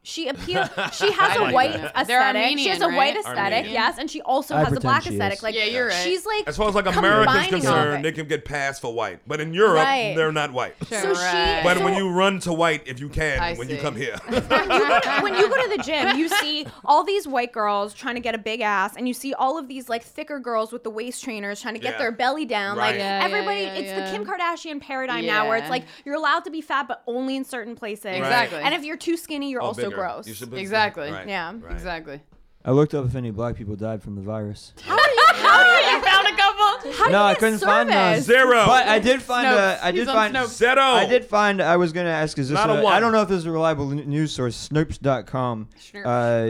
S5: <laughs>
S10: she appeals. She has a
S5: like
S10: white
S5: that.
S10: aesthetic.
S6: They're
S10: she has a
S6: Armenian,
S10: white
S6: right?
S10: aesthetic,
S5: Armenian.
S10: yes, and she also
S7: I
S10: has a
S7: pretend
S10: black
S7: she is.
S10: aesthetic. Like
S6: Yeah, you're right.
S10: She's like
S5: as far as like America's
S10: combining all of
S5: concerned,
S10: it.
S5: they can get passed for white, but in Europe,
S10: Right.
S5: they're not white.
S10: So she,
S6: Correct.
S5: But
S10: so
S5: when you run to white, if you can,
S6: I
S5: when you
S6: see.
S5: come here, <laughs>
S10: you go to- when you go to the gym, you see all these white girls trying to get a big ass, and you see all of these like thicker girls with the waist trainers trying to get
S5: Yeah.
S10: their belly down. Like
S5: Right. Yeah,
S9: yeah,
S10: everybody,
S9: yeah,
S10: it's
S9: yeah.
S10: the Kim Kardashian paradigm now, where it's
S6: Yeah.
S10: like you're allowed to be fat, but only in certain places.
S6: Exactly.
S10: And if you're too skinny, you're
S5: Oh,
S10: also
S5: bigger.
S10: gross.
S5: You
S10: <laughs>
S5: should be-
S6: Exactly.
S5: Right,
S10: Yeah.
S5: right.
S6: Exactly.
S7: I looked up if any black people died from the virus.
S6: you found a couple.
S10: How do
S7: No,
S10: you
S7: I
S10: get
S7: couldn't find
S10: service?
S7: none.
S5: Zero.
S7: But I did find
S6: Snopes.
S7: a. I did
S6: He's on
S7: find.
S6: Snopes.
S5: Zero.
S7: I did find. I was gonna ask. Is this?
S5: Not a
S7: a-
S5: one.
S7: I don't know if this is a reliable n- news source. Snopes.com. Uh,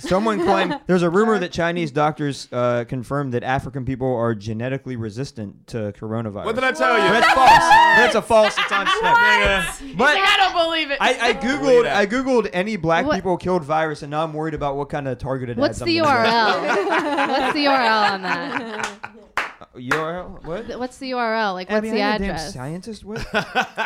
S9: <laughs>
S7: someone claimed there's a rumor that Chinese doctors uh, confirmed that African people are genetically resistant to coronavirus.
S5: What did I tell you?
S7: That's
S5: <laughs>
S7: false. That's a false. It's on Snopes.
S5: Yeah.
S7: But
S6: I don't believe it. <laughs>
S7: I, I
S5: Believe
S7: googled.
S5: that.
S7: I googled any black
S9: What-
S7: people killed virus, and now I'm worried about what kind of targeted.
S9: What's
S7: ads I'm
S9: the
S7: gonna get.
S9: URL?
S5: <laughs>
S9: What's the URL on that?
S7: Oh, URL? What?
S9: Th- What's the URL? Like, what's
S7: Abby,
S9: the
S7: I ain't a damn
S9: address?
S7: scientist. What?
S9: <laughs> 'Cause it's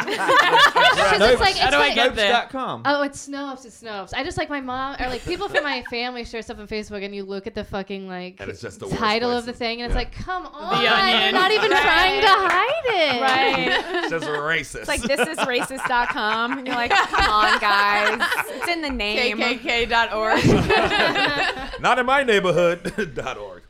S9: like-
S6: How
S9: it's
S6: do I
S9: like-
S6: get there?
S7: Snopes.com.
S9: Oh, it's Snopes. It's Snopes. I just like my mom or like people from my family share stuff on Facebook, and you look at the fucking like
S5: And it's just the worst
S9: title of the
S5: places.
S9: thing, and
S5: Yeah.
S9: it's like, come on,
S6: Onion.
S9: you're not even
S6: Right.
S9: trying to hide it.
S10: Right.
S5: It's just racist.
S10: It's like this is racist.com. And you're like, come on, guys. It's in the
S5: <laughs>
S10: name.
S6: KKK.org.
S5: Not in my neighborhood. <laughs> dot
S10: <laughs>
S5: org.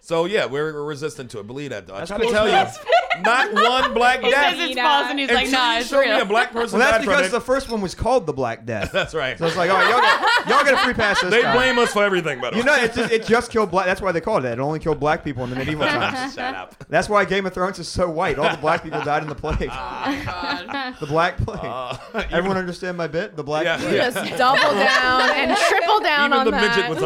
S5: so yeah, we're, we're resistant to it. Believe that though. I
S7: That's
S5: try to
S7: good
S5: tell
S7: to
S5: you, not one black
S6: he
S5: death.
S6: says it's
S10: Nina.
S6: false, and he's
S5: Until
S6: like, nah,
S5: you
S6: it's
S5: show
S6: real.
S5: me a black person
S7: Well, that's
S5: died from
S7: because
S5: it-
S7: the first one was called the Black Death. So
S5: <laughs> That's right.
S7: it's like, oh, y'all get, y'all get a free pass this
S5: they
S7: time.
S5: blame us for everything, by the
S7: You
S5: way.
S7: know, it just, it just killed black. That's why they called it. that. It only killed black people in the medieval <laughs>
S6: Uh-huh.
S5: <laughs>
S7: times.
S10: <laughs>
S5: Shut up.
S7: That's why Game of Thrones is so white. All the black people died in
S5: <laughs>
S7: the plague.
S5: Ah.
S6: <laughs>
S7: The Black Plague. Everyone understand my bit? The Black
S5: Uh, Yeah,
S7: Plague.
S5: yeah.
S10: Just double down and triple down
S5: Even
S10: on
S5: the midget
S10: that.
S5: was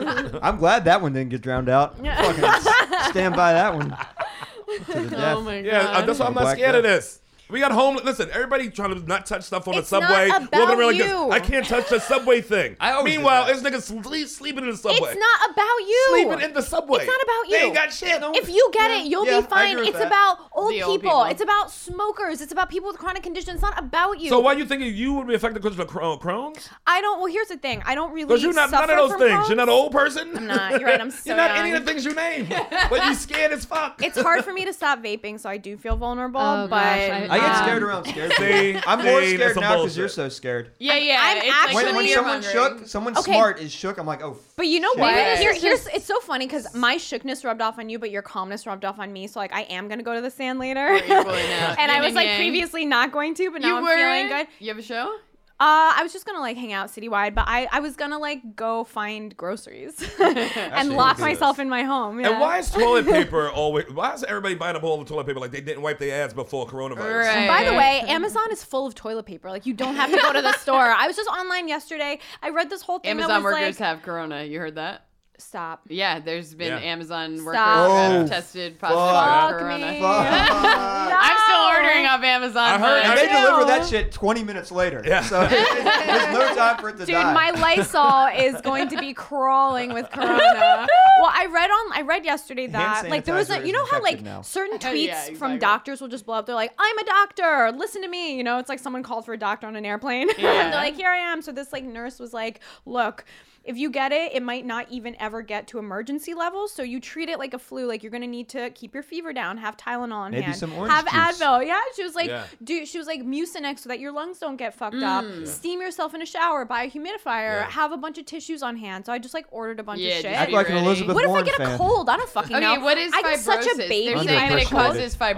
S5: unaffected.
S10: <laughs>
S7: I'm glad that one didn't get drowned out. Fucking s- stand by that one. To the
S6: <laughs>
S7: death.
S6: Oh my god.
S5: Yeah, uh, that's why I'm not
S7: Black
S5: scared of
S7: guy.
S5: this. We got home. Listen, everybody trying to not touch stuff on
S10: It's
S5: the
S10: not
S5: subway.
S10: about
S5: walking around
S10: you.
S5: like this. I can't touch the subway thing.
S7: <laughs> I always do
S5: Meanwhile, this
S7: that.
S5: nigga sleep, sleeping in the
S10: It's
S5: subway.
S10: not about you.
S5: sleeping in the subway.
S10: It's not about
S5: They
S10: you.
S5: ain't got shit.
S10: if you get it, you'll
S7: yeah, I
S10: be fine.
S7: agree with
S10: It's
S7: that.
S10: about old
S6: The
S10: people.
S6: old people.
S10: It's about smokers. It's about people with chronic conditions. It's not about you.
S5: so why you thinking you would be affected because of the Cro- Crohn's?
S10: I don't. Well, here's the thing. I don't really.
S5: Because you're not none
S10: suffer
S5: of those
S10: from
S5: things.
S10: Crohn's.
S5: You're not an old person. I'm
S10: not. You're
S5: <laughs>
S10: right. I'm so
S5: you're not any
S10: young.
S5: of the things you
S10: <laughs>
S5: name. but you scared as fuck.
S10: It's hard for me to stop vaping, so I do feel vulnerable.
S9: Oh,
S10: but
S9: gosh, I-
S7: I get
S9: Um,
S7: scared around scared
S5: See?
S7: people. I'm more
S5: See, that's
S7: scared
S5: some
S7: now because
S5: bullshit.
S7: you're so scared.
S6: Yeah, yeah.
S10: I'm
S6: it's like
S7: When,
S6: the
S7: when
S10: Actually-
S6: fear
S7: someone
S6: mongering. <laughs>
S7: shook, someone
S10: Okay.
S7: smart is shook. I'm like, oh.
S10: But you know
S7: shit.
S10: what?
S6: Maybe this
S10: Here,
S9: is
S10: here's
S9: just-
S10: it's so funny because my shookness rubbed off on you, but your calmness rubbed off on me. So like I am gonna go to the sand later.
S6: <laughs> equally now.
S10: <laughs> and I
S6: Yin
S10: was
S6: and
S10: like
S6: yang.
S10: previously not going to, but now
S6: You
S10: I'm
S6: were
S10: feeling good.
S6: You have a show?
S10: Uh, I was just gonna like hang out citywide, but I, I was gonna like go find groceries <laughs> and lock
S7: do this.
S10: myself in my home. yeah.
S5: And why is
S10: <laughs>
S5: toilet paper always? Why is everybody buying up all the toilet paper like they didn't wipe their ass before coronavirus?
S10: By the way, Amazon is full of toilet paper. Like you don't have to go to the store. I was just online yesterday. I read this whole thing. that
S6: Amazon
S10: was
S6: workers
S10: like,
S6: have corona. You heard that?
S10: stop.
S6: Yeah, there's been
S5: Yeah.
S6: Amazon workers
S10: Stop.
S6: that have
S7: Oh,
S6: tested positive
S7: fuck.
S6: for
S10: Fuck
S6: corona.
S10: me.
S7: Fuck.
S6: I'm still
S10: No.
S6: ordering off Amazon.
S5: I heard-
S6: but-
S5: I
S7: And they
S10: Yeah.
S7: deliver that shit 20 minutes later.
S5: Yeah.
S7: So there's
S10: <laughs>
S7: no time for it to
S10: Dude,
S7: die.
S10: my Lysol
S7: <laughs>
S10: is going to be crawling with corona. Well, I read on I read yesterday that like there was
S7: sanitizer
S10: a you
S7: is
S10: know how like
S7: infected now.
S10: certain
S6: Oh,
S10: tweets
S6: <laughs> yeah, exactly.
S10: from doctors will just blow up. They're like, "I'm a doctor. Listen to me." You know, it's like someone called for a doctor on an airplane. <laughs>
S6: Yeah.
S10: and they're like, "Here I am." So this like nurse was like, "Look, if you get it, it might not even ever get to emergency levels. So you treat it like a flu. Like you're gonna need to keep your fever down, have Tylenol on
S7: Maybe
S10: hand,
S7: some orange
S10: have
S7: juice.
S10: Advil. Oh, Yeah, she was like,
S5: Yeah.
S10: do she was like Mucinex so that your lungs don't get fucked up. Steam yourself in a shower, buy a humidifier, have a bunch of tissues on hand. So I just like ordered a bunch
S6: Yeah,
S10: of
S6: just
S10: shit.
S7: Act like an
S6: ready.
S7: Elizabeth
S10: What if I
S7: Warren
S10: get a
S7: fan.
S10: cold? I don't fucking
S6: Okay,
S10: know.
S6: what is
S10: I
S6: fibrosis?
S10: get such a
S6: They're
S10: baby.
S6: saying that it
S7: Underappreciated.
S6: causes fibrosis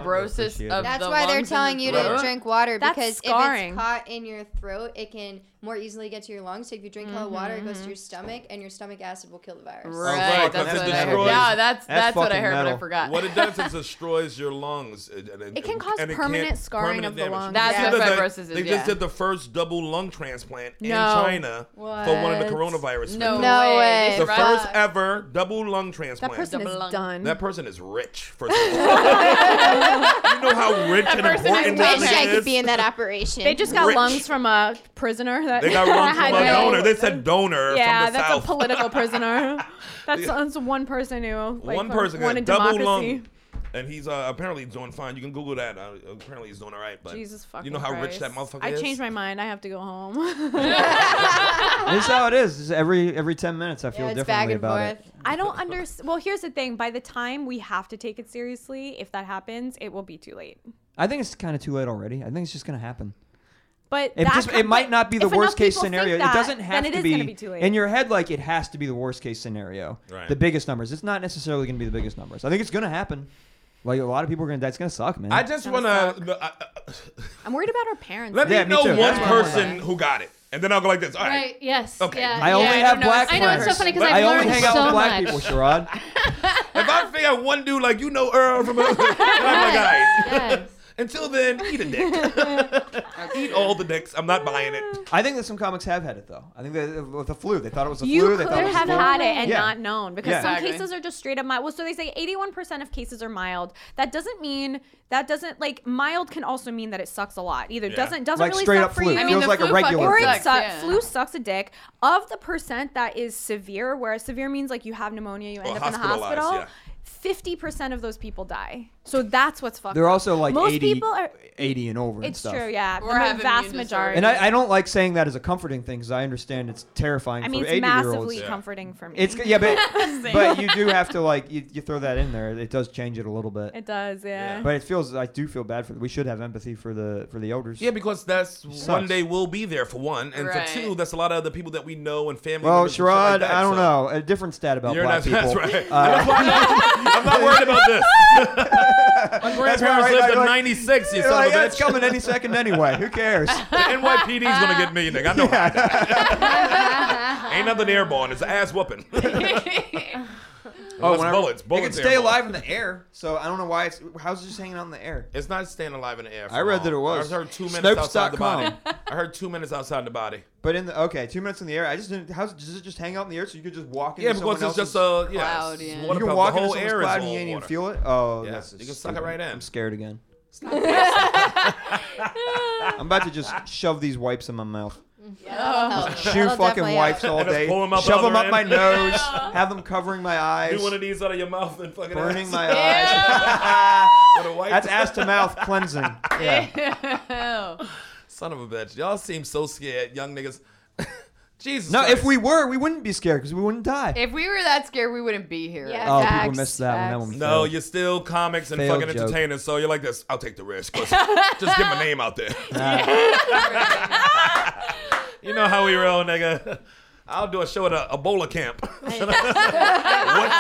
S7: Underappreciated.
S6: of
S8: That's
S6: the
S8: why they're
S6: lungs and
S8: telling
S6: the
S8: you
S6: throat.
S8: to drink water
S10: That's
S8: because if
S10: scarring.
S8: it's hot in your throat, it can more easily get to your lungs. So if you drink hot water, it goes to your stomach, and your stomach acid will kill the virus.
S5: Oh,
S6: Mm-hmm, Right,
S5: fuck,
S6: that's
S5: that's
S6: what
S5: the
S6: I heard.
S5: destroys-
S6: Yeah, that's
S7: That's
S6: that's what I
S7: fucking
S6: heard, but I
S7: metal.
S6: forgot.
S5: What it
S6: <laughs>
S5: does is destroys your lungs. and- and- and-
S10: It can cause
S5: and it
S10: permanent
S5: can't-
S10: scarring of the lungs.
S6: That's
S5: They
S6: what
S5: did the-
S6: fibrosis is,
S5: They
S6: yeah.
S5: just did the first double lung transplant in
S6: No.
S5: China for one of the
S8: What?
S5: coronavirus.
S6: no,
S5: victims.
S8: No way.
S6: way.
S5: the
S6: right?
S5: first ever double lung
S10: That
S5: transplant.
S10: person
S6: Double
S10: is
S6: lung.
S10: done.
S5: That person is rich. First of all, you know how rich and
S6: person is
S5: important that
S6: wish
S5: man is?
S8: in that operation.
S10: they just got
S5: Rich.
S10: lungs from a prisoner. That <laughs>
S5: They got lungs from a
S10: had no-
S5: donor. They said donor
S10: Yeah,
S5: from the
S10: that's
S5: south. <laughs>
S10: a political prisoner. That's, that's one person who like,
S5: one
S10: fucking
S5: person got
S10: wanted
S5: double
S10: democracy.
S5: lung, and he's uh, apparently doing fine. You can Google that. Uh, apparently he's doing all right. But
S10: Jesus fucking
S5: you know how rich
S10: Christ.
S5: that motherfucker
S10: I
S5: is.
S10: changed my mind. I have to
S5: <laughs>
S10: go home.
S7: This is how it is. This is every every ten minutes, I feel
S8: it's
S7: differently
S8: back and
S7: about
S8: forth.
S7: it.
S10: I don't understand. Well, here's the thing. By the time we have to take it seriously, if that happens, it will be too late.
S7: I think it's kind of too late already. I think it's just gonna happen.
S10: But
S7: It
S10: that
S7: just
S10: com-
S7: it might not be the
S10: if enough
S7: worst case
S10: people think
S7: scenario.
S10: that,
S7: it doesn't have
S10: then it
S7: to
S10: is
S7: be,
S10: gonna be too late.
S7: in your head. Like it has to be the worst case scenario.
S5: Right.
S7: The biggest numbers. It's not necessarily gonna be the biggest numbers. I think it's gonna happen. Like a lot of people are gonna. That's gonna suck, man.
S5: I just want to
S10: I'm worried about our parents.
S5: uh, let
S7: Yeah,
S5: me
S7: me
S5: know
S7: too.
S5: one
S7: That's what I wanna
S5: person who got it, and then I'll go like this. All right.
S9: Right. Yes.
S5: Okay.
S9: Yeah,
S5: I
S7: I
S9: yeah.
S7: only
S6: I
S7: have
S6: don't know.
S7: black
S6: I
S7: friends.
S6: know,
S9: it's so funny 'cause I've
S7: I only
S9: learned
S7: hang out
S9: so
S7: with black
S9: much.
S7: people,
S10: <laughs>
S7: Sherrod.
S5: If I figure out one dude like you know Earl from, <laughs> I'm like, all right.
S9: Yes.
S5: Until then, eat a
S10: <laughs>
S5: dick. <laughs> eat all the dicks. I'm not buying it.
S7: I think that some comics have had it though. I think that with the flu, they thought it was a
S10: You
S7: flu. They
S10: could
S7: thought it was
S10: have
S7: the flu.
S10: had it and
S7: Yeah.
S10: not known because
S7: Yeah.
S10: some
S6: Exactly.
S10: cases are just straight up mild. Well, so they say 81% of cases are mild. That doesn't mean that doesn't like mild can also mean that it sucks a lot. Either
S5: Yeah.
S10: doesn't doesn't
S7: like
S10: really
S7: straight
S10: suck
S7: up
S10: for
S7: flu.
S10: you.
S6: I mean,
S7: Feels
S6: the
S7: like a
S6: flu fucking
S7: regular.
S10: or
S7: flu.
S10: it
S6: sucks,
S10: sucks.
S6: yeah.
S10: Flu sucks a dick. Of the percent that is severe, where severe means like you have pneumonia, you end
S5: Or
S10: up in the
S5: hospitalized, yeah.
S10: hospital. Fifty percent of those people die. So that's what's fucked.
S7: They're
S10: up.
S7: also like
S10: most
S7: 80,
S10: people are.
S7: 80 and over and
S10: It's
S7: stuff.
S10: true, yeah.
S6: Or
S10: the
S6: have
S10: vast
S6: immune
S10: majority.
S7: And I, I don't like saying that as a comforting thing because I understand it's terrifying
S10: I mean,
S7: for
S10: it's
S7: 80 year olds.
S10: massively comforting for me.
S7: It's yeah,
S10: <laughs>
S7: but but you do have to like you, you throw that in there. It does change it a little bit.
S10: it does, yeah.
S7: but it feels I do feel bad for. We should have empathy for the for the elders.
S5: Yeah, because that's one day we'll be there for one, and
S6: Right.
S5: for two, that's a lot of other people that we know and family.
S7: Well,
S5: members and shit like
S7: Sherrod,
S5: that,
S7: I don't
S5: so
S7: know. A different stat about
S5: You're
S7: black
S5: not. <laughs>
S7: people. Uh,
S5: That's right.
S7: <laughs>
S5: I'm not worried about this.
S7: <laughs>
S5: My grandparents
S7: right,
S5: lived
S7: like-
S5: to
S7: like-
S5: 96. You
S7: You're
S5: son
S7: like,
S5: of a
S7: "Yeah,
S5: bitch.
S7: it's coming any second anyway. Who
S5: <laughs>
S7: cares?
S5: The NYPD's gonna get me, nigga. I know. how I die. <laughs> Ain't nothing airborne. It's an ass whooping. <laughs> oh,
S7: whenever-
S5: bullets.
S7: It
S5: Bullets.
S7: can stay
S5: airborne.
S7: alive in the air, so I don't know why it's how's it just hanging out in the air.
S5: It's not staying alive in the air. for
S7: I read
S5: long.
S7: that it was.
S5: I heard two minutes
S7: Snopes
S5: outside the body.
S7: dot
S5: I heard two minutes outside the body.
S7: But in the okay, two minutes in the air. I just didn't. How does it just hang out in the air so you could just walk into
S5: Yeah,
S7: someone
S5: because it's
S7: else's-
S5: just a yeah.
S6: Cloud,
S5: it's
S6: yeah.
S5: water
S7: you can
S5: bubble.
S7: walk
S5: the
S7: into
S5: whole
S7: someone's
S5: air is
S7: cloud and
S5: all
S7: you ain't even
S5: water.
S7: feel it. Oh,
S5: Yeah,
S7: that's
S5: you can suck it
S7: stupid.
S5: right in.
S7: I'm scared again. <laughs> I'm about to just shove these wipes in my mouth.
S6: Oh.
S7: Chew
S8: <laughs> That'll
S7: fucking
S8: definitely
S7: wipes <laughs> all
S5: And just
S7: day.
S5: pull 'em up
S7: shove
S5: on
S7: them
S5: the
S7: up my
S5: end.
S8: <laughs>
S7: nose. Have them covering my eyes.
S5: Do one of these out of your mouth and fucking
S7: Burning
S5: ass. <laughs>
S7: my eyes.
S5: With a wipe.
S7: That's ass to mouth cleansing. Yeah.
S5: Son of a bitch. Y'all seem so scared, young niggas. <laughs> Jesus.
S7: No, if
S5: Christ.
S7: we were, we wouldn't be scared because we wouldn't die.
S6: If we were that scared, we wouldn't be here.
S8: Yeah.
S7: oh,
S8: Facts,
S7: people missed that one. That
S8: facts.
S7: one.
S5: No,
S7: failed.
S5: you're still comics and
S7: Failed
S5: fucking
S7: joke.
S5: entertainers, so you're like this. I'll take the risk. <laughs> Let's- just get my name out there. <laughs> you know how we roll, nigga. <laughs> I'll do a show at a a Ebola camp. <laughs> What's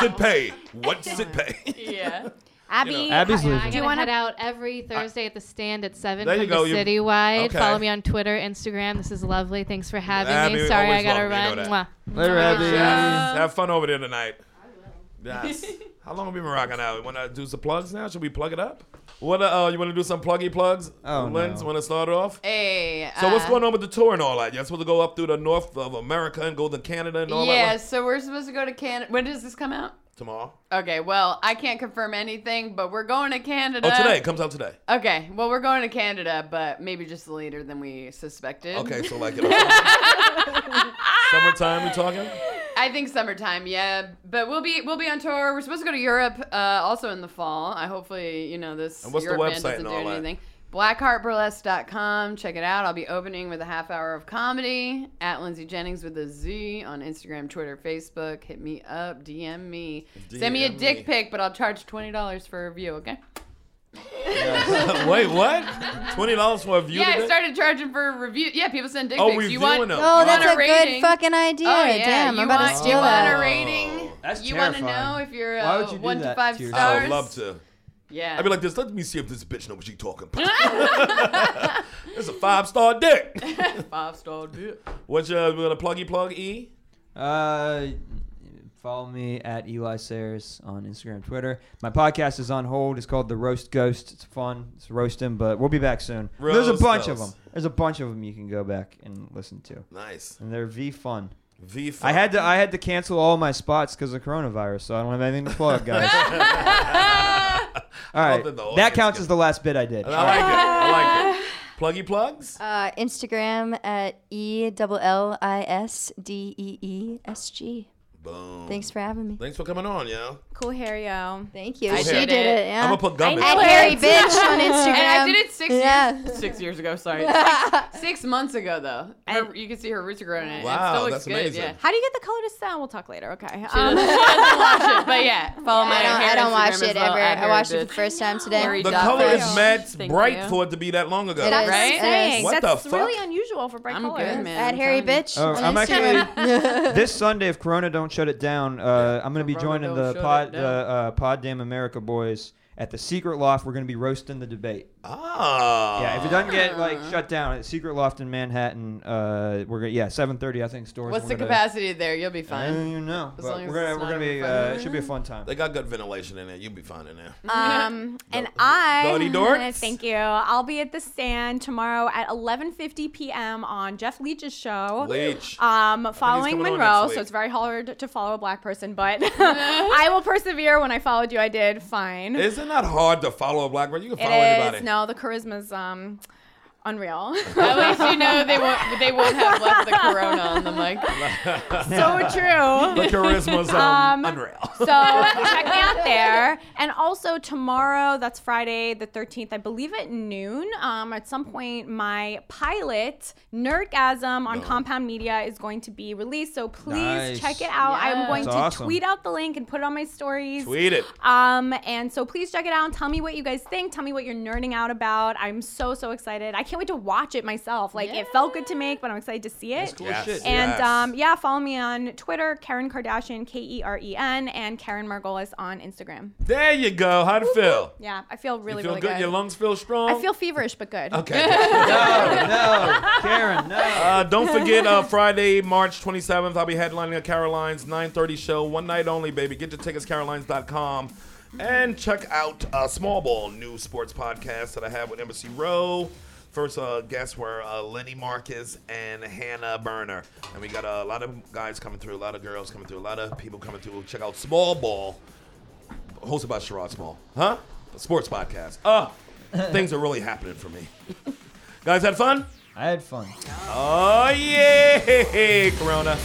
S5: it pay? What's it pay? <laughs>
S6: Yeah.
S10: Abby,
S5: You
S7: Abby's
S9: Yeah,
S7: leaving.
S9: I
S10: you
S9: gotta
S10: wanna-
S9: head out every Thursday at the stand at seven
S5: There you
S9: from
S5: go,
S9: the
S5: you-
S9: citywide.
S5: Okay.
S9: Follow me on Twitter, Instagram. This is lovely. Thanks for having
S5: Abby,
S9: me. Sorry, I
S5: always
S9: gotta
S5: welcome, you know
S9: run.
S7: Later, Abby.
S5: Have fun over there tonight. <laughs> Yes. How long have we been rocking out? Want to do some plugs now? Should we plug it up? What? Uh, you want to do some pluggy plugs?
S7: Oh,
S5: Lens,
S7: no.
S5: want to start it off?
S6: Hey.
S5: So what's
S6: uh,
S5: going on with the tour and all that? You're supposed to go up through the north of America and go to Canada and all
S6: yeah,
S5: that.
S6: so we're supposed to go to Canada. When does this come out?
S5: Tomorrow?
S6: Okay, well, I can't confirm anything, but we're going to Canada.
S5: Oh, today. It comes out today.
S6: Okay, well, we're going to Canada, but maybe just later than we suspected.
S5: Okay, so like in October. summertime, we talking?
S6: I think summertime, yeah. But we'll be we'll be on tour. We're supposed to go to Europe uh, also in the fall. I hopefully you know this.
S5: And what's the
S6: Europe
S5: website
S6: band doesn't
S5: and
S6: do
S5: all that?
S6: anything. BlackheartBurlesque.com. Check it out. I'll be opening with a half hour of comedy at Lindsay Jennings with a Z on Instagram, Twitter, Facebook. Hit me up, DM me, send me a
S5: DM
S6: dick
S5: me.
S6: pic, but I'll charge twenty dollars for a view. Okay?
S5: Wait, what? Twenty dollars for a view?
S6: yeah,
S5: today?
S6: I started charging for review. Yeah, people send dick
S5: Oh,
S6: pics. You
S5: reviewing
S6: want?
S5: them.
S6: you
S5: Oh,
S8: Oh,
S6: want
S8: that's a good
S6: rating.
S8: fucking idea.
S6: Oh, yeah.
S8: Damn,
S6: you
S8: I'm about
S6: want,
S8: to steal
S6: you
S8: that.
S6: want a rating?
S5: Oh, That's
S6: you want to know
S7: terrifying.
S6: if you're
S7: Why
S6: uh,
S7: would you do
S6: one to
S7: that
S6: five
S7: to yourself?
S6: stars.
S5: I would love to.
S6: Yeah.
S5: I'd be like this. Let me see if this bitch knows what she's talking about. it's a five star dick. <laughs>
S6: five star dip.
S5: What's your we're gonna pluggy plug e?
S7: Uh, follow me at Eli Sayers on Instagram, Twitter. My podcast is on hold. It's called The Roast Ghost. It's fun. It's roasting, but we'll be back soon. There's a
S5: Roast
S7: bunch of them.
S5: Ghost.
S7: There's a bunch of them you can go back and listen to,
S5: Nice.
S7: and they're v fun.
S5: V.
S7: I had to I had to cancel all my spots because of coronavirus, so I don't have anything to plug, guys. all right,
S5: that the
S7: that
S5: audience
S7: counts
S5: can-
S7: as the last bit I did.
S5: I like it. I like it. Pluggy plugs.
S8: Uh, Instagram at E double L I S D E E S G.
S5: Boom.
S8: Thanks for having me.
S5: Thanks for coming on, yo.
S10: Cool hair, yo.
S8: Thank you.
S6: I
S8: she
S6: did
S8: did
S6: it.
S8: it. yeah.
S5: I'm gonna put gum in.
S10: I
S8: at
S10: know.
S8: Harry Bitch on Instagram.
S6: And I did it six
S8: yeah.
S6: years, six years ago.
S8: <laughs>
S6: Sorry, six, six months ago though. Her- you can see her roots are growing. and
S5: Wow,
S6: it still looks
S5: that's
S6: good.
S5: amazing.
S6: Yeah.
S10: How do you get the color to sound? We'll talk later. Okay.
S6: She doesn't,
S10: Um,
S6: she doesn't watch it, but yeah, follow my
S8: I don't,
S6: hair
S8: I don't
S6: Instagram
S8: watch
S6: as
S8: it
S6: well,
S8: ever.
S6: at
S8: I watched
S6: Harry
S8: it for the first time
S6: Harry
S8: today.
S5: The
S6: dot
S5: color
S6: com.
S5: is mad
S6: Thank
S5: bright
S6: you.
S5: for it to be that long ago.
S8: It is.
S6: Right?
S10: Saying.
S5: What
S10: That's
S5: the fuck?
S10: really unusual for bright
S6: I'm
S10: colors.
S6: good, man.
S8: At Harry
S6: I'm telling
S8: Bitch.
S7: Oh,
S8: on
S7: I'm
S8: Instagram. <laughs>
S7: actually this Sunday if Corona don't shut it down, uh, I'm gonna be
S6: Corona don't
S7: joining the
S6: shut it
S7: pod the
S6: down.
S7: uh, Pod Damn America boys at the Secret Loft. We're gonna be roasting the debate.
S5: Ah.
S7: Yeah, if it doesn't get like
S6: Ah.
S7: shut down at Secret Loft in Manhattan, uh, we're gonna yeah 7:30 I think stores.
S6: What's
S7: we're
S6: the
S7: gonna-
S6: capacity there? You'll be
S5: <laughs>
S7: I don't
S6: fine.
S7: even know.
S6: As
S7: but
S6: long as
S7: we're gonna
S6: it's
S7: we're
S6: not
S7: gonna be
S6: overfun.
S7: uh, it should be a fun time. <laughs>
S5: They got good ventilation in there. You'll be fine in
S10: <laughs>
S5: there. <laughs>
S10: Um, and I
S5: Dotty dorts.
S10: <laughs> thank you. I'll be at the stand tomorrow at 11:50 p.m. on Jeff Leach's show.
S5: Leach.
S10: Um, following
S5: coming on
S10: Monroe,
S5: next
S10: so
S5: week.
S10: it's very hard to follow a black person,
S5: <laughs>
S10: but <laughs> I will persevere. When I followed you, I did fine.
S5: Is it not hard to follow a black man? You can
S10: It
S5: follow anybody.
S10: is. No, the charisma's um,
S5: <laughs>
S10: unreal. <laughs>
S6: At least you know they won't. They won't have left the corona on the mic.
S5: <laughs>
S10: so true.
S5: The charisma's um,
S10: <laughs>
S5: <laughs>
S10: Um,
S5: unreal.
S10: So check me out there. And also tomorrow, that's Friday the 13th, I believe at noon. Um, at some point, my pilot, Nerdgasm, on Compound Media is going to be released. So please
S7: Nice.
S10: check it out. I'm going
S7: That's
S10: to
S7: awesome.
S10: tweet out the link and put it on my stories.
S5: Tweet
S7: <laughs>
S5: it.
S10: Um, and so please check it out and tell me what you guys think. Tell me what you're nerding out about. I'm so, so excited. I can't wait to watch it myself. Like, it felt good to make, but I'm excited to see it.
S5: Yes,
S7: shit.
S10: And
S5: yes.
S10: um, yeah, follow me on Twitter, Karen Kardashian, K E R E N, and Karen Margolis on Instagram.
S5: there you go. How'd it feel?
S10: Yeah, I feel really,
S5: you feel
S10: really
S5: good?
S10: good.
S5: Your lungs feel strong?
S10: I feel feverish, but good. <laughs>
S5: Okay. <laughs>
S7: no, no, Karen, no.
S5: Uh, don't forget uh, Friday, March 27th. I'll be headlining a Caroline's 9:30 show, one night only, baby. Get your tickets, carolines.com, and check out uh, Small Ball, new sports podcast that I have with Embassy Row. First uh, guests were uh, Lenny Marcus and Hannah Berner, and we got a lot of guys coming through, a lot of girls coming through, a lot of people coming through. Check out Small Ball, hosted by Sherrod Small, huh? A sports podcast. Uh, things are really happening for me. guys, had fun?
S7: I had fun.
S5: Oh yeah, Corona.